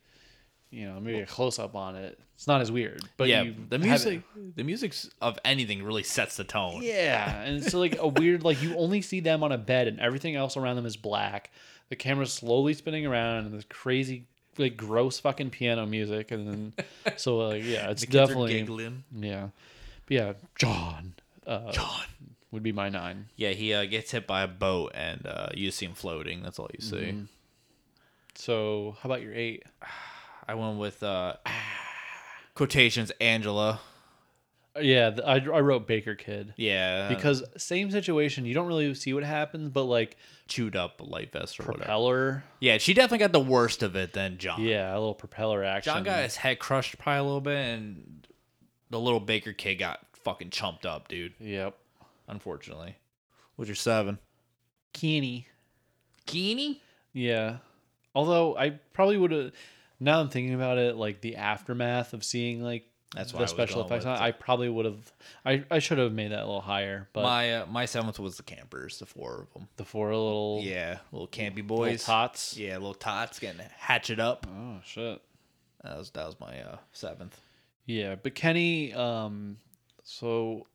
Speaker 7: you know, maybe a close up on it. It's not as weird, but
Speaker 8: yeah,
Speaker 7: you
Speaker 8: the
Speaker 7: have it-
Speaker 8: music the music's of anything really sets the tone.
Speaker 7: Yeah, and it's like a weird like you only see them on a bed, and everything else around them is black. The camera's slowly spinning around, and this crazy, like gross fucking piano music, and then so like yeah, it's
Speaker 8: The kids are
Speaker 7: definitely
Speaker 8: giggling.
Speaker 7: yeah, but yeah, John. Uh,
Speaker 8: John.
Speaker 7: would be my nine.
Speaker 8: Yeah, he uh, gets hit by a boat and uh, you see him floating. That's all you see.
Speaker 7: Mm-hmm. So how about your eight?
Speaker 8: I went with uh, quotations Angela.
Speaker 7: Yeah, th- I, I wrote Baker Kid.
Speaker 8: Yeah,
Speaker 7: because same situation you don't really see what happens but like
Speaker 8: chewed up a light vest or whatever.
Speaker 7: propeller
Speaker 8: Yeah, she definitely got the worst of it than John.
Speaker 7: yeah a little propeller action
Speaker 8: John got his head crushed probably a little bit, and the little Baker kid got fucking chumped up, dude.
Speaker 7: yep
Speaker 8: Unfortunately. What's your seven?
Speaker 7: Keeny.
Speaker 8: Keeny?
Speaker 7: yeah although i probably would have now that i'm thinking about it like the aftermath of seeing like
Speaker 8: That's what I
Speaker 7: the
Speaker 8: was
Speaker 7: special
Speaker 8: going
Speaker 7: effects
Speaker 8: with.
Speaker 7: on it, i probably would have i, I should have made that a little higher but
Speaker 8: My uh, my seventh was the campers, the four of them.
Speaker 7: the four little
Speaker 8: Yeah, little campy
Speaker 7: little
Speaker 8: boys.
Speaker 7: tots
Speaker 8: Yeah, little tots getting hatchet up.
Speaker 7: oh shit
Speaker 8: That was that was my uh, seventh.
Speaker 7: Yeah, but Kenny, um, so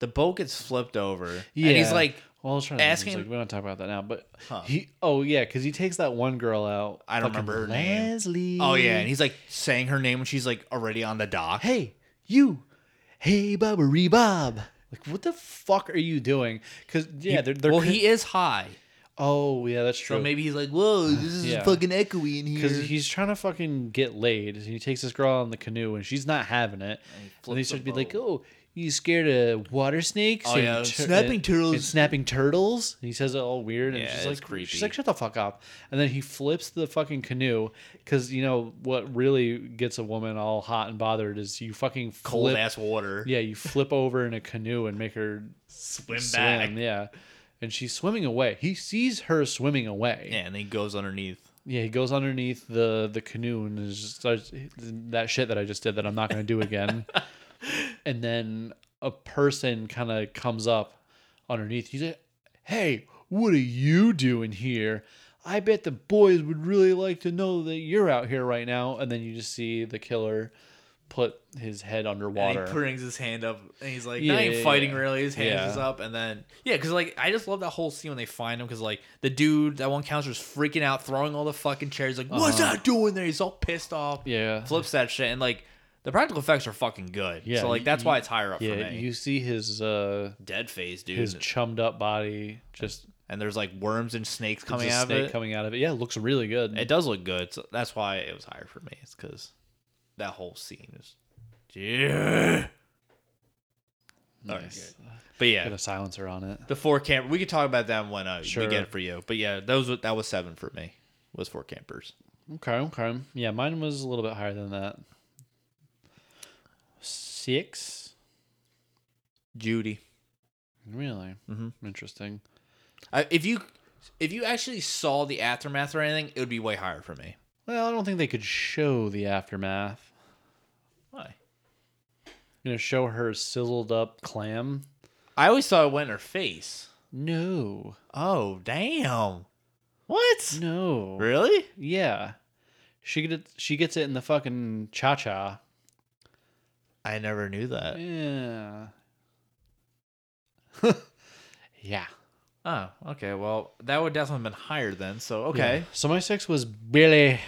Speaker 8: the boat gets flipped over.
Speaker 7: Yeah.
Speaker 8: And he's like,
Speaker 7: well, I was trying to asking.
Speaker 8: asking-
Speaker 7: Like, we don't talk about that now, but
Speaker 8: Huh.
Speaker 7: he. Oh yeah, because he takes that one girl out.
Speaker 8: I don't
Speaker 7: fucking
Speaker 8: remember her name.
Speaker 7: Leslie.
Speaker 8: oh, yeah. And he's like saying her name when she's like already on the dock.
Speaker 7: hey you, hey Bobbery Bob. Like what the fuck are you doing? Because yeah, they're, they're
Speaker 8: well,
Speaker 7: con-
Speaker 8: he is high.
Speaker 7: Oh yeah, that's true.
Speaker 8: So maybe he's like, whoa, this is
Speaker 7: Yeah.
Speaker 8: fucking echoey in here.
Speaker 7: because he's trying to fucking get laid. And he takes this girl out in the canoe, and she's not having it. And, they
Speaker 8: flips
Speaker 7: start to
Speaker 8: the
Speaker 7: be like,
Speaker 8: boat.
Speaker 7: "Oh, you scared of water snakes?
Speaker 8: Oh,
Speaker 7: and
Speaker 8: yeah,
Speaker 7: tur-
Speaker 8: snapping
Speaker 7: and- and
Speaker 8: turtles."
Speaker 7: snapping turtles." And he says it all weird, and
Speaker 8: Yeah,
Speaker 7: she's
Speaker 8: it's
Speaker 7: like,
Speaker 8: creepy.
Speaker 7: "She's like, shut the fuck up." And then he flips the fucking canoe because you know what really gets a woman all hot and bothered is you fucking flip,
Speaker 8: Cold ass water.
Speaker 7: Yeah, you flip over in a canoe and make her
Speaker 8: Swim, back.
Speaker 7: swim. Yeah. And she's swimming away. He sees her swimming away.
Speaker 8: Yeah, and then he goes underneath.
Speaker 7: Yeah, he goes underneath the the canoe and is just starts that shit that I just did that I'm not going to do again. and then a person kind of comes up underneath. He's like, "Hey, what are you doing here? I bet the boys would really like to know that you're out here right now." And then you just see the killer put his head
Speaker 8: And
Speaker 7: underwater.
Speaker 8: he brings his hand up and he's like,
Speaker 7: Yeah,
Speaker 8: "Not even
Speaker 7: yeah,
Speaker 8: fighting
Speaker 7: yeah.
Speaker 8: really." His hand
Speaker 7: Yeah.
Speaker 8: is up, and then yeah, because like I just love that whole scene when they find him because like the dude that one counselor's freaking out, throwing all the fucking chairs. Like, what's that doing there? He's all pissed off.
Speaker 7: Uh-huh. Yeah.
Speaker 8: flips that shit, and like the practical effects are fucking good.
Speaker 7: Yeah,
Speaker 8: Yeah, so like that's
Speaker 7: you-
Speaker 8: why it's higher up
Speaker 7: yeah,
Speaker 8: for me.
Speaker 7: you see his uh
Speaker 8: Dead face, dude.
Speaker 7: his chummed up body just
Speaker 8: and there's like worms and snakes coming
Speaker 7: just
Speaker 8: out
Speaker 7: snake
Speaker 8: of it.
Speaker 7: coming out of it. Yeah, it looks really good.
Speaker 8: It does look good. So that's why it was higher for me. It's because that whole scene is. Yeah. All right,
Speaker 7: Nice.
Speaker 8: good. But yeah,
Speaker 7: Got a silencer on it.
Speaker 8: The four camp. We could talk about that when uh,
Speaker 7: Sure.
Speaker 8: we get it for you. But yeah, those that was seven for me. Was four campers.
Speaker 7: Okay, okay. Yeah, mine was a little bit higher than that. Six?
Speaker 8: Judy.
Speaker 7: Really? Mm-hmm. Interesting.
Speaker 8: I, if you if you actually saw the aftermath or anything, it would be way higher for me.
Speaker 7: Well, I don't think they could show the aftermath.
Speaker 8: Why?
Speaker 7: You know, show her sizzled up clam?
Speaker 8: I always thought it went in her face.
Speaker 7: No.
Speaker 8: Oh damn! What?
Speaker 7: No.
Speaker 8: Really?
Speaker 7: Yeah. She gets she gets it in the fucking cha cha.
Speaker 8: I never knew that.
Speaker 7: Yeah. yeah.
Speaker 8: Oh, okay. Well, that would definitely have been higher then. So okay.
Speaker 7: So my six was Billy.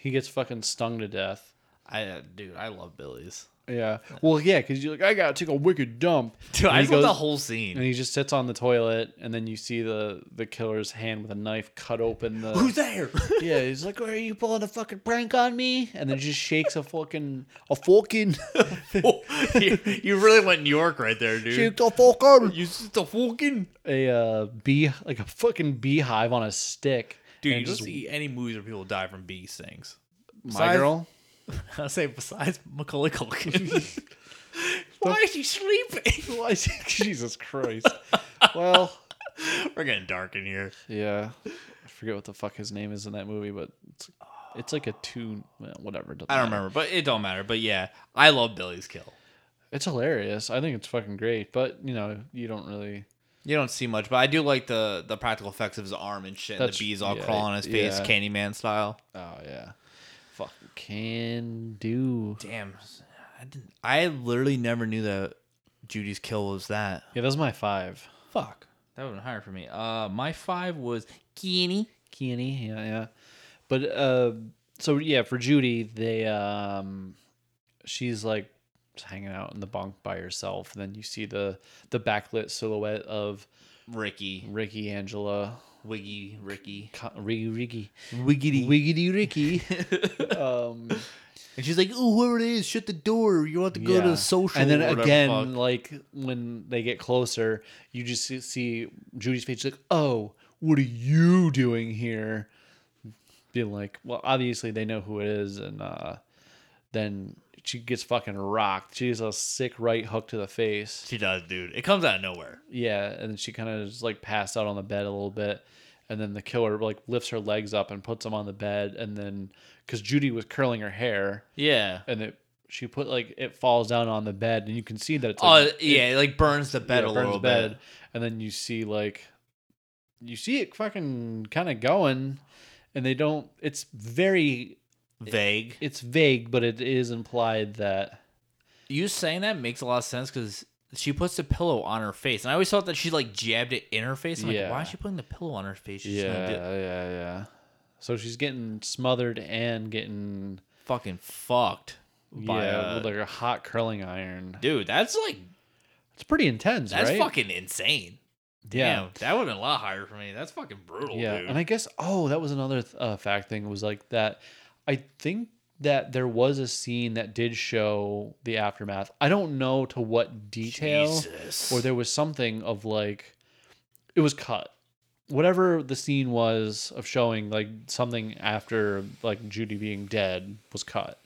Speaker 7: He gets fucking stung to death.
Speaker 8: I uh, dude, I love Billy's.
Speaker 7: Yeah. Well, yeah, because you're like, I gotta take a wicked dump.
Speaker 8: Dude,
Speaker 7: And
Speaker 8: I
Speaker 7: he
Speaker 8: just love
Speaker 7: goes-
Speaker 8: the whole scene.
Speaker 7: And he just sits on the toilet, and then you see the the killer's hand with a knife cut open the.
Speaker 8: Who's there?
Speaker 7: Yeah, he's like, "Are you pulling a fucking prank on me?" And then just shakes a fucking a fucking
Speaker 8: you, you really went New York right there, dude.
Speaker 7: shakes a fucking
Speaker 8: You just a fucking
Speaker 7: a uh, bee like a fucking beehive on a stick.
Speaker 8: dude.
Speaker 7: And
Speaker 8: You
Speaker 7: just
Speaker 8: just see any movies where people die from bee stings.
Speaker 7: my
Speaker 8: size-
Speaker 7: girl.
Speaker 8: I say besides Macaulay Culkin. Why is he sleeping?
Speaker 7: Why is he- Jesus Christ. well,
Speaker 8: We're getting dark in here.
Speaker 7: yeah, I forget what the fuck his name is in that movie, but it's, it's like a two well, whatever. it doesn't
Speaker 8: I don't
Speaker 7: matter.
Speaker 8: remember, but it don't matter. But yeah, I love Billy's kill.
Speaker 7: It's hilarious. I think it's fucking great, but you know, you don't really.
Speaker 8: You don't see much, but I do like the the practical effects of his arm and shit. And the
Speaker 7: That's-
Speaker 8: bees all
Speaker 7: yeah,
Speaker 8: crawling on his face,
Speaker 7: yeah.
Speaker 8: Candyman style.
Speaker 7: Oh yeah, fuck can do.
Speaker 8: Damn, I didn't. I literally never knew that Judy's kill was that.
Speaker 7: Yeah, that was my five.
Speaker 8: Fuck, that would have been higher for me. Uh, my five was Kenny.
Speaker 7: Kenny, yeah, yeah. But uh, so yeah, for Judy, they um, she's like just hanging out in the bunk by herself. And then you see the the backlit silhouette of
Speaker 8: Ricky,
Speaker 7: Ricky Angela,
Speaker 8: Wiggy, Ricky.
Speaker 7: Co- Ricky, Ricky,
Speaker 8: Wiggity.
Speaker 7: Wiggity Ricky. Um,
Speaker 8: And she's like, "Ooh, whoever it is, shut the door. You want to go to
Speaker 7: Yeah.
Speaker 8: the social."
Speaker 7: And then
Speaker 8: or whatever
Speaker 7: again,
Speaker 8: the fuck."
Speaker 7: like when they get closer, you just see- see Judy's face like, "Oh, what are you doing here?" Being like, "Well, obviously they know who it is," and uh, then she gets fucking rocked. She's a sick right hook to the face.
Speaker 8: she does, dude. It comes out of nowhere.
Speaker 7: Yeah, and then she kind of just like passed out on the bed a little bit. And then the killer like lifts her legs up and puts them on the bed, and then because Judy was curling her hair,
Speaker 8: Yeah.
Speaker 7: and it she put like it falls down on the bed, and you can see that it's
Speaker 8: Oh
Speaker 7: like,
Speaker 8: yeah, it like burns the bed
Speaker 7: yeah,
Speaker 8: a
Speaker 7: burns
Speaker 8: little
Speaker 7: bed,
Speaker 8: bit.
Speaker 7: and then you see like you see it fucking kind of going, and they don't. It's very
Speaker 8: Vague.
Speaker 7: it's vague, but it is implied that
Speaker 8: you saying that makes a lot of sense because she puts the pillow on her face, and I always thought that she like jabbed it in her face. I'm
Speaker 7: Yeah.
Speaker 8: like, why is she putting the pillow on her face? She's
Speaker 7: Yeah,
Speaker 8: gonna get
Speaker 7: yeah, yeah. So she's getting smothered and getting
Speaker 8: fucking fucked. By
Speaker 7: yeah,
Speaker 8: a,
Speaker 7: with like a hot curling iron.
Speaker 8: dude, that's like
Speaker 7: It's pretty intense,
Speaker 8: that's
Speaker 7: right?
Speaker 8: fucking insane.
Speaker 7: yeah.
Speaker 8: Damn, that would have been a lot higher for me. That's fucking brutal,
Speaker 7: yeah
Speaker 8: dude.
Speaker 7: and i guess oh that was another th- uh, fact thing was like that i think that there was a scene that did show the aftermath i don't know to what detail
Speaker 8: Jesus.
Speaker 7: or there was something of like it was cut whatever the scene was of showing like something after like judy being dead was cut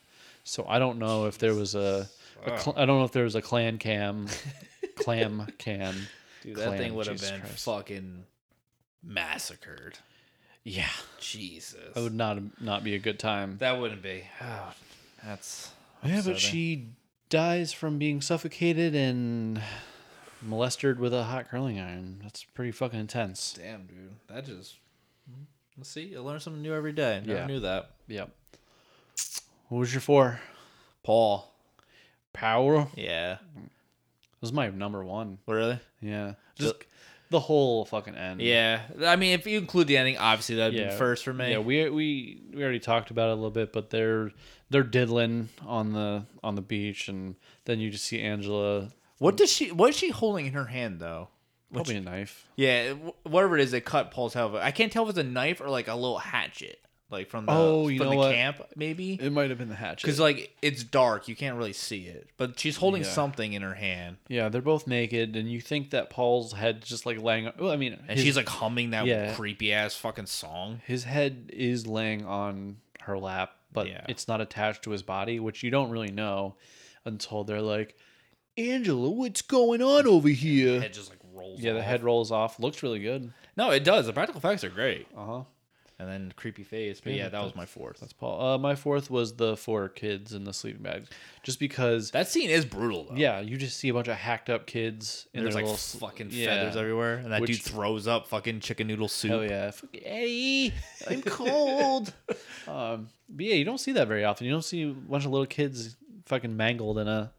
Speaker 7: so i don't know if there was a, a cl- i don't know if there was a clan cam clam cam
Speaker 8: Dude, that thing
Speaker 7: clan,
Speaker 8: would have
Speaker 7: Jesus
Speaker 8: been
Speaker 7: Christ.
Speaker 8: fucking massacred.
Speaker 7: yeah
Speaker 8: Jesus.
Speaker 7: that would Ah, not not be a good time
Speaker 8: that wouldn't be. Oh, that's
Speaker 7: Yeah,
Speaker 8: upsetting.
Speaker 7: but she dies from being suffocated and molested with a hot curling iron. That's pretty fucking intense.
Speaker 8: Damn, dude. That just. hmm, Let's see. I learn something new every day. I never
Speaker 7: Yeah.
Speaker 8: knew that.
Speaker 7: Yep. What was your four?
Speaker 8: Paul.
Speaker 7: Power.
Speaker 8: Yeah.
Speaker 7: was my number one.
Speaker 8: Really?
Speaker 7: Yeah. Just the whole fucking end.
Speaker 8: Yeah. I mean, if you include the ending, obviously that'd
Speaker 7: Yeah.
Speaker 8: be first for me.
Speaker 7: Yeah, we we we already talked about it a little bit, but they're they're diddling on the on the beach, and then you just see Angela
Speaker 8: what does she? What is she holding in her hand though?
Speaker 7: probably a knife.
Speaker 8: Yeah, wh- whatever it is, they cut Paul's head. off. I can't tell if it's a knife or like a little hatchet, like from the
Speaker 7: Oh, you
Speaker 8: from
Speaker 7: know
Speaker 8: the
Speaker 7: what?
Speaker 8: camp, maybe.
Speaker 7: It might have been the hatchet.
Speaker 8: Because like it's dark, you can't really see it, but she's holding
Speaker 7: Yeah.
Speaker 8: something in her hand,
Speaker 7: yeah, they're both naked, and you think that Paul's head just like laying. Well, I mean,
Speaker 8: and
Speaker 7: his-
Speaker 8: she's like humming that
Speaker 7: yeah.
Speaker 8: creepy ass fucking song.
Speaker 7: his head is laying on her lap, but
Speaker 8: Yeah.
Speaker 7: it's not attached to his body, which you don't really know until they're like, Angela, what's going on over here?
Speaker 8: Head just like rolls.
Speaker 7: Yeah, the
Speaker 8: off.
Speaker 7: head rolls off. Looks really good.
Speaker 8: No, it does. The practical effects are great,
Speaker 7: Uh huh.
Speaker 8: and then creepy face. But yeah, that was my fourth.
Speaker 7: That's Paul. Uh, my fourth was the four kids in the sleeping bags, just because.
Speaker 8: That scene is brutal though.
Speaker 7: yeah, you just see a bunch of hacked up kids in
Speaker 8: There's
Speaker 7: their
Speaker 8: like
Speaker 7: little s-
Speaker 8: fucking
Speaker 7: yeah.
Speaker 8: feathers everywhere, and that
Speaker 7: Which-
Speaker 8: dude throws up fucking chicken noodle soup.
Speaker 7: Oh yeah, Fuck, Eddie, I'm cold. um, but yeah, you don't see that very often. You don't see a bunch of little kids fucking mangled in a.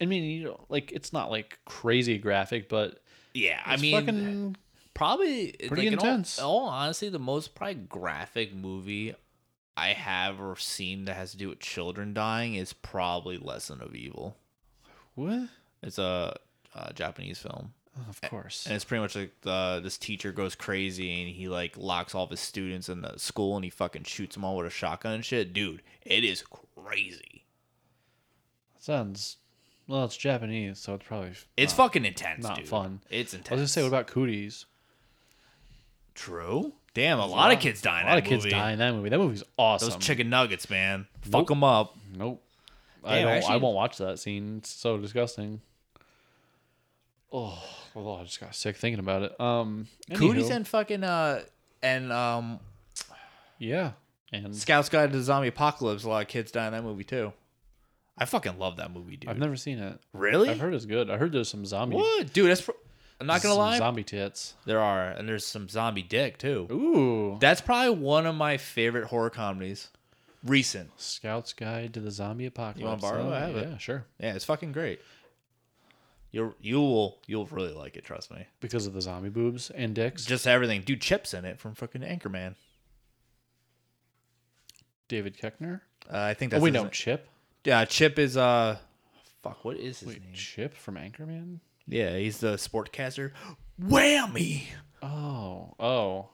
Speaker 7: I mean, you know, like it's not like crazy graphic, but
Speaker 8: Yeah, I
Speaker 7: it's
Speaker 8: mean, uh,
Speaker 7: fucking
Speaker 8: probably
Speaker 7: Pretty
Speaker 8: like, in all-
Speaker 7: intense.
Speaker 8: In all, honestly, the most probably graphic movie I have or seen that has to do with children dying is probably Lesson of Evil.
Speaker 7: what? Uh,
Speaker 8: It's a, uh Japanese film,
Speaker 7: Of course.
Speaker 8: and it's pretty much like the, this teacher goes crazy and he like locks all of his students in the school and he fucking shoots them all with a shotgun and shit. Dude, it is crazy.
Speaker 7: Sounds well. It's Japanese, so it's probably
Speaker 8: It's fucking intense.
Speaker 7: not
Speaker 8: dude.
Speaker 7: fun.
Speaker 8: It's intense.
Speaker 7: I was gonna say, what about cooties?
Speaker 8: True. Damn, a lot of kids die.
Speaker 7: A
Speaker 8: in
Speaker 7: lot
Speaker 8: that
Speaker 7: of kids
Speaker 8: movie.
Speaker 7: die in that movie. That movie's awesome.
Speaker 8: Those chicken nuggets, man. Fuck them up.
Speaker 7: Nope. I
Speaker 8: Damn,
Speaker 7: don't. I
Speaker 8: actually-
Speaker 7: won't watch that scene. It's so disgusting. Oh, well, I just got sick thinking about it. Um,
Speaker 8: Cooties
Speaker 7: anywho,
Speaker 8: and fucking uh and um
Speaker 7: yeah, and
Speaker 8: Scouts Guide to the Zombie Apocalypse. A lot of kids die in that movie too. I fucking love that movie, dude.
Speaker 7: I've never seen it.
Speaker 8: really?
Speaker 7: I've heard it's good. I heard there's some zombie.
Speaker 8: what, dude? That's. Pro- I'm not gonna
Speaker 7: some
Speaker 8: lie.
Speaker 7: Zombie tits.
Speaker 8: there are, and there's some zombie dick too.
Speaker 7: Ooh.
Speaker 8: That's probably one of my favorite horror comedies. Recent.
Speaker 7: Scout's Guide to the Zombie Apocalypse.
Speaker 8: borrow it? I
Speaker 7: Oh,
Speaker 8: have it.
Speaker 7: Yeah, sure.
Speaker 8: Yeah, it's fucking great. You'll you will you'll really like it. Trust me.
Speaker 7: Because of the zombie boobs and dicks.
Speaker 8: Just everything, dude. Chips in it from fucking Anchorman.
Speaker 7: David Keckner.
Speaker 8: Uh, I think
Speaker 7: Oh,
Speaker 8: that's.
Speaker 7: we
Speaker 8: his
Speaker 7: know
Speaker 8: na-
Speaker 7: Chip.
Speaker 8: Yeah, Chip is uh. Fuck, what is his
Speaker 7: Wait,
Speaker 8: name?
Speaker 7: Chip from Anchorman.
Speaker 8: Yeah, he's the sportcaster. Whammy!
Speaker 7: Oh, oh,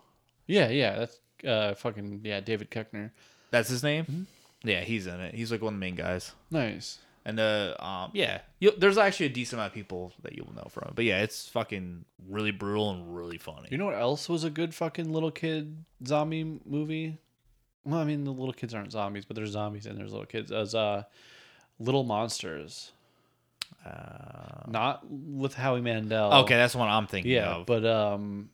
Speaker 7: yeah, yeah. That's uh, fucking yeah, David Keckner.
Speaker 8: That's his name. Yeah, he's in it. He's like one of the main guys.
Speaker 7: Nice.
Speaker 8: And uh, um, yeah, you, there's actually a decent amount of people that you'll know from. But yeah, it's fucking really brutal and really funny.
Speaker 7: You know what else was a good fucking little kid zombie movie? Well, I mean, the little kids aren't zombies, but there's zombies and there's little kids. As uh, Little Monsters. Not with Howie Mandel.
Speaker 8: Uh, okay, that's what I'm thinking
Speaker 7: Yeah,
Speaker 8: of.
Speaker 7: but um,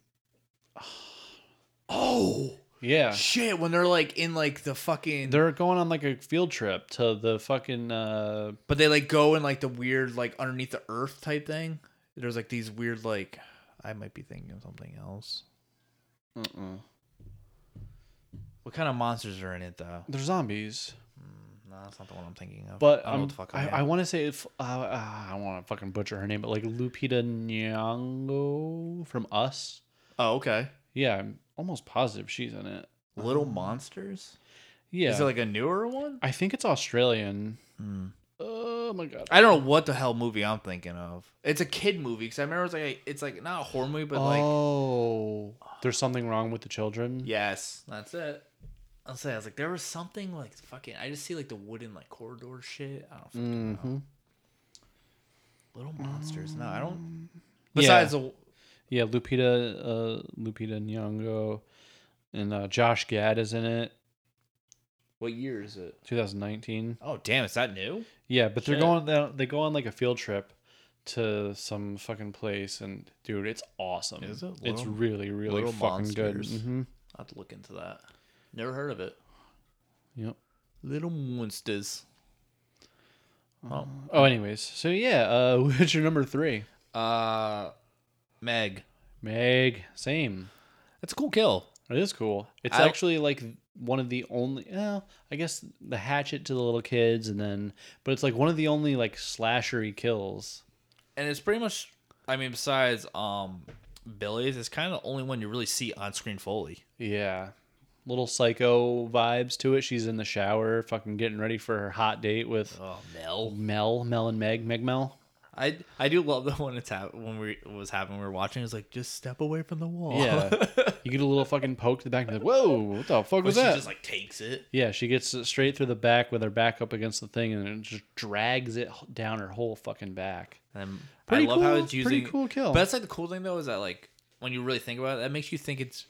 Speaker 8: oh
Speaker 7: yeah,
Speaker 8: shit, when they're like in like the fucking,
Speaker 7: they're going on like a field trip to the fucking uh,
Speaker 8: but they like go in like the weird like underneath the earth type thing. There's like these weird like, I might be thinking of something else. What kind of monsters are in it though?
Speaker 7: they're zombies.
Speaker 8: No, that's not the one I'm thinking of.
Speaker 7: But
Speaker 8: I don't
Speaker 7: um,
Speaker 8: know what the fuck
Speaker 7: I,
Speaker 8: am.
Speaker 7: I want to say if uh, uh, I want to fucking butcher her name, but like Lupita Nyong'o from Us.
Speaker 8: Oh, okay.
Speaker 7: Yeah, I'm almost positive she's in it.
Speaker 8: Little Monsters?
Speaker 7: Yeah,
Speaker 8: Is it like Hmm. a newer one?
Speaker 7: I think it's Australian. Oh my god.
Speaker 8: I don't know what the hell movie I'm thinking of. It's a kid movie because I remember it's like a, it's like not a horror movie, but like
Speaker 7: oh, there's something wrong with the children.
Speaker 8: yes, that's it. I'll say I was like there was something like fucking. I just see like the wooden like corridor shit. I don't fucking
Speaker 7: Mm-hmm.
Speaker 8: know. Little monsters. No, I don't. Besides the
Speaker 7: Um, Yeah, Lupita, uh, Lupita Nyong'o, and uh, Josh Gad is in it.
Speaker 8: what year is it?
Speaker 7: 2019.
Speaker 8: Oh damn, is that new?
Speaker 7: Yeah, but they're
Speaker 8: Shit.
Speaker 7: going. They, they go on like a field trip to some fucking place, and dude, it's awesome.
Speaker 8: Is it?
Speaker 7: it's
Speaker 8: Little-
Speaker 7: really, really
Speaker 8: Little
Speaker 7: fucking
Speaker 8: Monsters.
Speaker 7: good. hmm
Speaker 8: I have to look into that. Never heard of it.
Speaker 7: Yep.
Speaker 8: Little monsters. Oh,
Speaker 7: Oh, anyways, so yeah, uh, what's your number three?
Speaker 8: uh, Meg.
Speaker 7: Meg, same.
Speaker 8: That's a cool kill.
Speaker 7: It is cool. It's
Speaker 8: I-
Speaker 7: actually like one of the only. Well, I guess the hatchet to the little kids, and then, but it's like one of the only like slashery kills.
Speaker 8: and it's pretty much i mean besides um billy's it's kind of the only one you really see on screen fully
Speaker 7: Yeah. Little psycho vibes to it. She's in the shower, fucking getting ready for her hot date with
Speaker 8: oh mel
Speaker 7: Mel, Mel and Meg, Meg Mel.
Speaker 8: i i do love that when it's hap- when we it was happening we were watching it's like just step away from the wall
Speaker 7: Yeah. you get a little fucking poke to the back and be like, whoa, what the fuck
Speaker 8: but
Speaker 7: was
Speaker 8: she
Speaker 7: that?
Speaker 8: just like takes it
Speaker 7: yeah, she gets it straight through the back with her back up against the thing and it just drags it h- down her whole fucking back.
Speaker 8: and
Speaker 7: Pretty
Speaker 8: i love how
Speaker 7: cool-
Speaker 8: it's
Speaker 7: pretty
Speaker 8: using
Speaker 7: cool kill.
Speaker 8: but that's like the cool thing though is that like when you really think about it that makes you think it's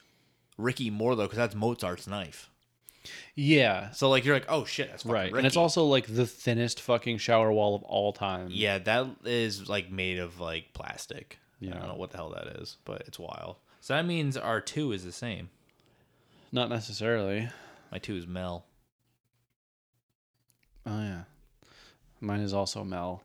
Speaker 8: ricky more though because that's mozart's knife
Speaker 7: Yeah.
Speaker 8: so like you're like oh shit that's fucking
Speaker 7: Right.
Speaker 8: ricky.
Speaker 7: And it's also like the thinnest fucking shower wall of all time.
Speaker 8: Yeah, that is like made of like plastic. I
Speaker 7: Yeah.
Speaker 8: don't know what the hell that is, but it's wild. So that means our two is the same.
Speaker 7: Not necessarily.
Speaker 8: My two is Mel.
Speaker 7: Oh yeah. Mine is also Mel.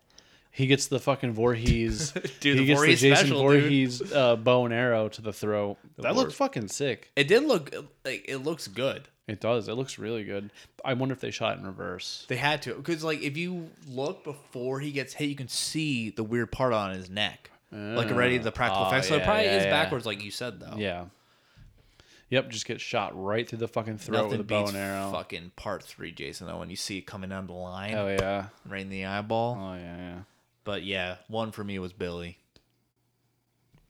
Speaker 7: He gets the fucking Voorhees.
Speaker 8: Dude,
Speaker 7: he
Speaker 8: the
Speaker 7: gets
Speaker 8: Voorhees
Speaker 7: the Jason
Speaker 8: special, dude.
Speaker 7: Voorhees uh, bow and arrow to the throat. that looks fucking sick.
Speaker 8: It did look like it looks good.
Speaker 7: It does. It looks really good. I wonder if they shot in reverse.
Speaker 8: They had to because like if you look before he gets hit, you can see the weird part on his neck, like already the practical
Speaker 7: Oh,
Speaker 8: effects. So it
Speaker 7: yeah,
Speaker 8: probably
Speaker 7: yeah,
Speaker 8: is
Speaker 7: yeah.
Speaker 8: backwards, like you said though.
Speaker 7: Yeah. Yep. Just gets shot right through the fucking throat
Speaker 8: Nothing
Speaker 7: with a bow
Speaker 8: beats
Speaker 7: and arrow.
Speaker 8: fucking part three, Jason. Though when you see it coming down the line,
Speaker 7: Oh yeah.
Speaker 8: right in the eyeball.
Speaker 7: Oh yeah. yeah.
Speaker 8: But yeah, one for me was Billy.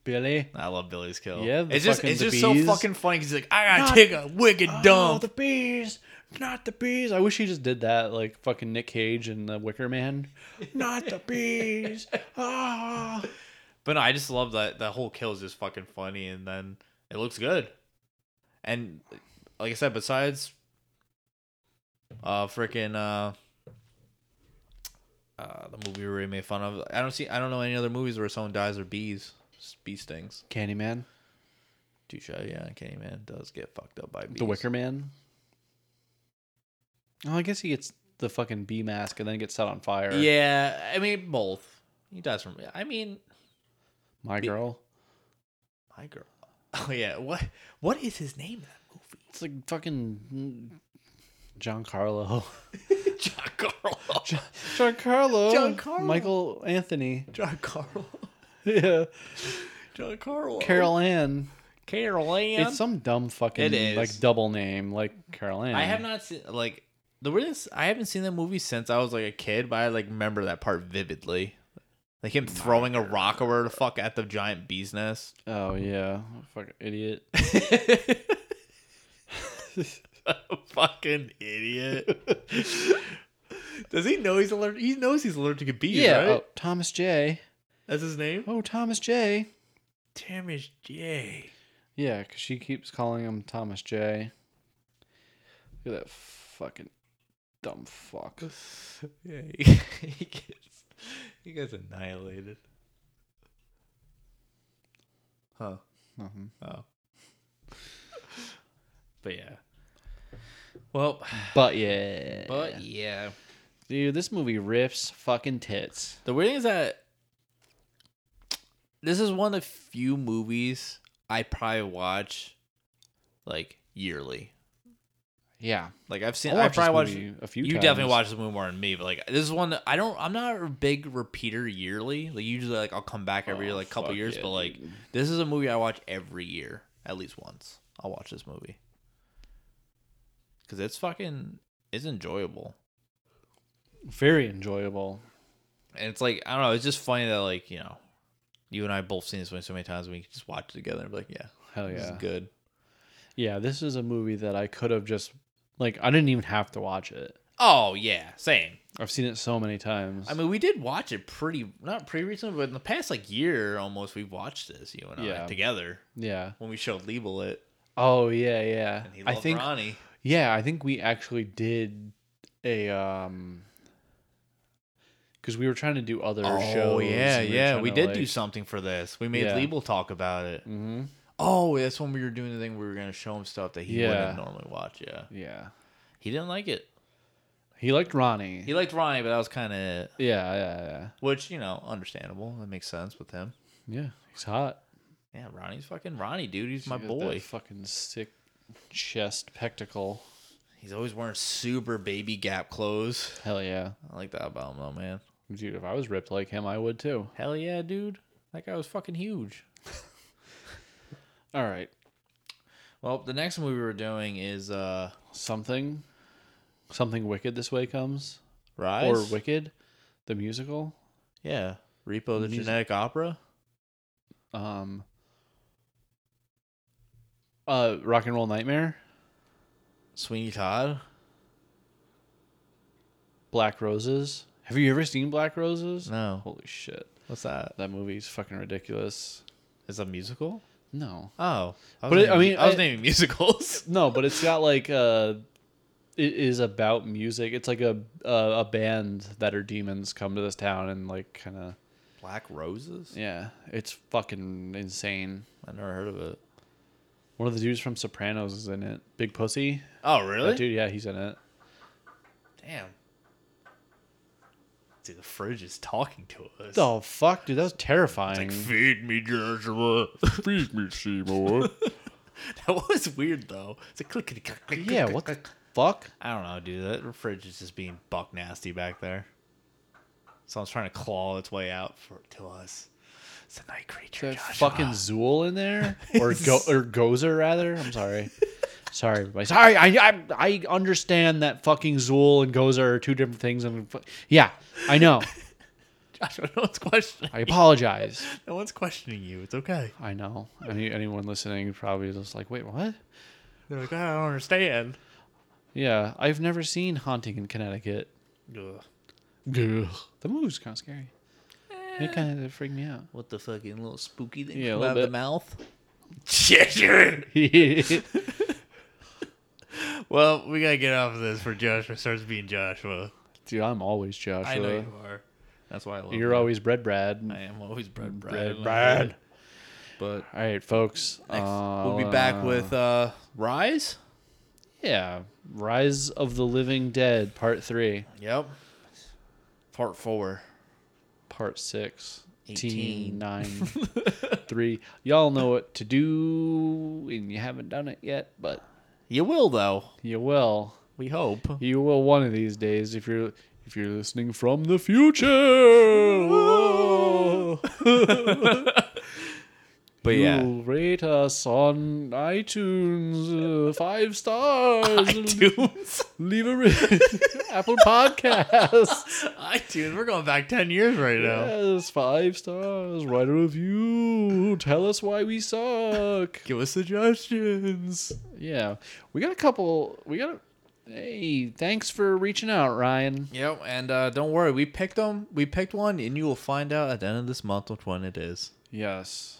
Speaker 7: Billy.
Speaker 8: I love Billy's kill.
Speaker 7: Yeah, the
Speaker 8: it's just
Speaker 7: fucking-
Speaker 8: it's
Speaker 7: the
Speaker 8: just so
Speaker 7: bees.
Speaker 8: fucking funny because he's like, I gotta take a wicked dump.
Speaker 7: Oh, the bees. Not the bees. I wish he just did that like fucking Nick Cage and the Wicker Man. Not the bees. Ah.
Speaker 8: But no, I just love that that whole kill is just fucking funny, and then it looks good. And like I said, besides, uh, freaking uh, uh, the movie we already made fun of. I don't see. I don't know any other movies where someone dies or bees, just bee stings.
Speaker 7: Candyman.
Speaker 8: Touche. Yeah, Candyman does get fucked up by bees.
Speaker 7: The Wicker Man. Oh, I guess he gets the fucking bee mask and then gets set on fire.
Speaker 8: Yeah, I mean both. He dies from. I mean,
Speaker 7: My girl.
Speaker 8: My girl. Oh yeah. What what is his name in that movie?
Speaker 7: It's like fucking John Carlo.
Speaker 8: John Carl. John,
Speaker 7: John Carlo.
Speaker 8: John Carlo.
Speaker 7: Michael Anthony.
Speaker 8: Carl.
Speaker 7: Yeah.
Speaker 8: John Carl.
Speaker 7: Carol Ann.
Speaker 8: Carol Ann.
Speaker 7: It's some dumb fucking
Speaker 8: It is.
Speaker 7: like double name like Carol Ann.
Speaker 8: I have not seen like the weirdest I haven't seen that movie since I was like a kid, but I like remember that part vividly. Like him throwing a rock over the fuck at the giant bee's nest.
Speaker 7: Oh yeah. Fucking idiot.
Speaker 8: Fucking idiot. Does he know he's allergic? He knows he's allergic to bees,
Speaker 7: yeah.
Speaker 8: right?
Speaker 7: Oh, Thomas J.
Speaker 8: That's his name.
Speaker 7: Oh, Thomas J.
Speaker 8: Tamish J.
Speaker 7: Yeah, because she keeps calling him Thomas J. Look at that fucking dumb fuck.
Speaker 8: Yeah, he, he gets he gets annihilated. Huh. Oh. But yeah. Well,
Speaker 7: But yeah.
Speaker 8: but yeah.
Speaker 7: Dude, this movie rips fucking tits.
Speaker 8: The weird thing is that this is one of the few movies I probably watch like yearly.
Speaker 7: Yeah.
Speaker 8: Like I've seen,
Speaker 7: I
Speaker 8: I,
Speaker 7: watched
Speaker 8: probably
Speaker 7: this
Speaker 8: watched
Speaker 7: movie a few
Speaker 8: You definitely
Speaker 7: times.
Speaker 8: watched this movie more than me, but like this is one that I don't. I'm not a big repeater yearly. Like usually, like I'll come back every
Speaker 7: Oh,
Speaker 8: like couple
Speaker 7: fuck
Speaker 8: years,
Speaker 7: yeah,
Speaker 8: but like this is a movie I watch every year at least once. I'll watch this movie because it's fucking it's enjoyable
Speaker 7: Very enjoyable.
Speaker 8: and it's like I don't know. It's just funny that like you know you and I both seen this movie so many times and we can just watch it together and be like, yeah,
Speaker 7: Hell
Speaker 8: this
Speaker 7: yeah.
Speaker 8: is good.
Speaker 7: Yeah, this is a movie that I could have just like I didn't even have to watch it.
Speaker 8: Oh yeah, same.
Speaker 7: I've seen it so many times.
Speaker 8: I mean, we did watch it pretty not pretty recently, but in the past like year almost, we've watched this you and I
Speaker 7: Yeah.
Speaker 8: together
Speaker 7: yeah.
Speaker 8: when we showed Liebel it.
Speaker 7: Oh yeah, yeah.
Speaker 8: He
Speaker 7: I
Speaker 8: loved
Speaker 7: think
Speaker 8: Ronnie.
Speaker 7: yeah, I think we actually did a um because we were trying to do other shows.
Speaker 8: Oh yeah,
Speaker 7: and
Speaker 8: yeah.
Speaker 7: were
Speaker 8: We
Speaker 7: trying to,
Speaker 8: did do
Speaker 7: like-
Speaker 8: something for this. We made
Speaker 7: Yeah.
Speaker 8: Liebel talk about it. Mm-hmm. Oh, that's when we were doing the thing where we were gonna show him stuff that he
Speaker 7: Yeah.
Speaker 8: wouldn't normally watch. Yeah,
Speaker 7: Yeah,
Speaker 8: he didn't like it.
Speaker 7: he liked Ronnie.
Speaker 8: He liked Ronnie, but that was kind of
Speaker 7: yeah, yeah,
Speaker 8: which you know understandable. That makes sense with him.
Speaker 7: yeah, yeah. He's hot.
Speaker 8: Yeah, Ronnie's fucking Ronnie, dude. He's my
Speaker 7: He got that
Speaker 8: boy.
Speaker 7: fucking sick chest pectacle.
Speaker 8: He's always wearing super baby Gap clothes.
Speaker 7: Hell yeah,
Speaker 8: I like that about him, though, man.
Speaker 7: dude. If I was ripped like him, I would too.
Speaker 8: Hell yeah, dude. That guy was fucking huge.
Speaker 7: All right,
Speaker 8: Well, the next movie we're doing is uh
Speaker 7: something, something wicked this way comes
Speaker 8: Rise
Speaker 7: or Wicked, the musical.
Speaker 8: Yeah, Repo the
Speaker 7: Music-
Speaker 8: Genetic Opera.
Speaker 7: Um, uh, Rock and Roll Nightmare,
Speaker 8: Sweeney Todd.
Speaker 7: Black Roses. Have you ever seen Black Roses?
Speaker 8: No.
Speaker 7: Holy shit,
Speaker 8: What's that?
Speaker 7: that movie's fucking ridiculous.
Speaker 8: Is that musical?
Speaker 7: No,
Speaker 8: Oh,
Speaker 7: But
Speaker 8: was
Speaker 7: it- I
Speaker 8: naming-
Speaker 7: mean,
Speaker 8: I was
Speaker 7: I-
Speaker 8: naming musicals.
Speaker 7: No, but it's got like uh it is about music. It's like a a, a band that are demons come to this town and like kind of
Speaker 8: Black Roses.
Speaker 7: yeah, it's fucking insane.
Speaker 8: I never heard of it.
Speaker 7: One of the dudes from Sopranos is in it. Big Pussy.
Speaker 8: Oh,
Speaker 7: That
Speaker 8: really?
Speaker 7: dude, yeah, he's in it.
Speaker 8: Damn. Dude, the fridge is talking to us.
Speaker 7: The fuck, dude, that was terrifying.
Speaker 8: Like, feed me, Joshua.
Speaker 7: Feed me, Seymour.
Speaker 8: that was weird though. It's a clickety click. click, click,
Speaker 7: yeah,
Speaker 8: click,
Speaker 7: what the
Speaker 8: click.
Speaker 7: fuck?
Speaker 8: I don't know, dude. That fridge is just being buck nasty back there. So it's trying to claw its way out for to us. It's a night creature.
Speaker 7: That
Speaker 8: Joshua.
Speaker 7: fucking Zool in there, or go or Gozer rather. I'm sorry, sorry everybody. Sorry, I, I I understand that fucking Zool and Gozer are two different things. And fu- yeah, I know.
Speaker 8: Joshua, no one's questioning.
Speaker 7: I apologize.
Speaker 8: No one's questioning you. It's okay.
Speaker 7: I know. Any anyone listening probably just like, wait, what?
Speaker 8: They're like, I don't understand.
Speaker 7: Yeah, I've never seen Haunting in Connecticut.
Speaker 8: Ugh.
Speaker 7: Gah. The movie's kind of scary.
Speaker 8: Eh.
Speaker 7: It kind of freaked me out.
Speaker 8: What the fucking little spooky thing
Speaker 7: Yeah, a
Speaker 8: come
Speaker 7: little
Speaker 8: out of the
Speaker 7: bit.
Speaker 8: mouth? Shit. Well, we gotta get off of this for Joshua starts being Joshua.
Speaker 7: Dude, I'm always Joshua.
Speaker 8: I know you are. That's why I love
Speaker 7: You're
Speaker 8: you.
Speaker 7: always Bread Brad.
Speaker 8: I am always bread, bread,
Speaker 7: Bread Brad.
Speaker 8: But
Speaker 7: All right, folks.
Speaker 8: we'll be back with uh, Rise.
Speaker 7: Yeah, Rise of the Living Dead Part 3,
Speaker 8: Yep. Part four.
Speaker 7: Part 6.
Speaker 8: 18.
Speaker 7: 9 3 y'all know what to do and you haven't done it yet but
Speaker 8: You will though.
Speaker 7: you will
Speaker 8: We hope.
Speaker 7: you will one of these days if you're if you're listening from the future Whoa.
Speaker 8: But yeah.
Speaker 7: you'll rate us on itunes uh, five stars
Speaker 8: iTunes.
Speaker 7: leave a re- apple podcast
Speaker 8: iTunes. We're going back ten years right now.
Speaker 7: Yes, five stars. Write a review. Tell us why we suck.
Speaker 8: Give us suggestions.
Speaker 7: yeah, we got a couple. We got. A, hey, thanks for reaching out, Ryan.
Speaker 8: Yep, and uh, don't worry, we picked them. We picked one, and you will find out at the end of this month which one it is,
Speaker 7: Yes,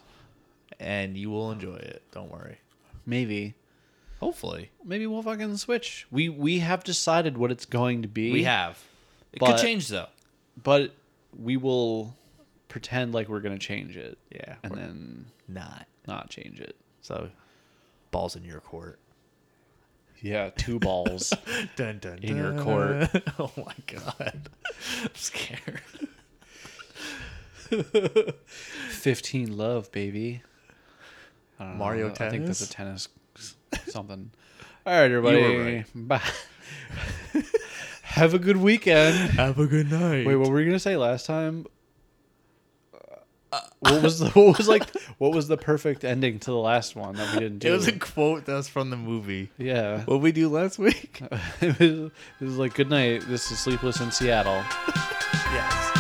Speaker 8: and you will enjoy it. Don't worry.
Speaker 7: maybe.
Speaker 8: Hopefully,
Speaker 7: Maybe we'll fucking switch. We we have decided what it's going to be.
Speaker 8: we have. It
Speaker 7: But-
Speaker 8: could change though.
Speaker 7: but we will pretend like we're gonna change it
Speaker 8: Yeah,
Speaker 7: and
Speaker 8: we're
Speaker 7: then
Speaker 8: not.
Speaker 7: not change it.
Speaker 8: So, balls in your court.
Speaker 7: Yeah, two balls
Speaker 8: Dun dun.
Speaker 7: in your court.
Speaker 8: oh my god, I'm scared.
Speaker 7: Fifteen love, baby.
Speaker 8: Mario
Speaker 7: I think that's a
Speaker 8: tennis?
Speaker 7: tennis something. All right, everybody. Bye. Have a good weekend.
Speaker 8: Have a good night.
Speaker 7: Wait, what were you gonna say last time? Uh, What was the what was like what was the perfect ending to the last one that we didn't do?
Speaker 8: It was a quote that was from the movie.
Speaker 7: yeah.
Speaker 8: What we do last week?
Speaker 7: it, was, it was like good night. This is Sleepless in Seattle.
Speaker 8: yes.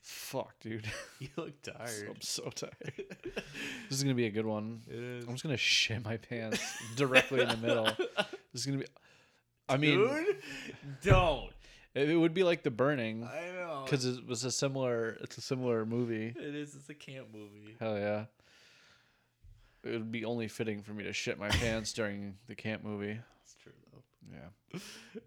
Speaker 7: Fuck, dude.
Speaker 8: You look tired.
Speaker 7: I'm so tired. This is gonna be a good one. I'm just gonna shit my pants directly in the middle. This is gonna be. I mean,
Speaker 8: Dude, don't.
Speaker 7: it it would be like The Burning
Speaker 8: I know.
Speaker 7: because it was a similar. It's a similar movie.
Speaker 8: it is. It's a camp movie.
Speaker 7: Hell yeah. It would be only fitting for me to shit my pants during the camp movie.
Speaker 8: It's true though.
Speaker 7: Yeah.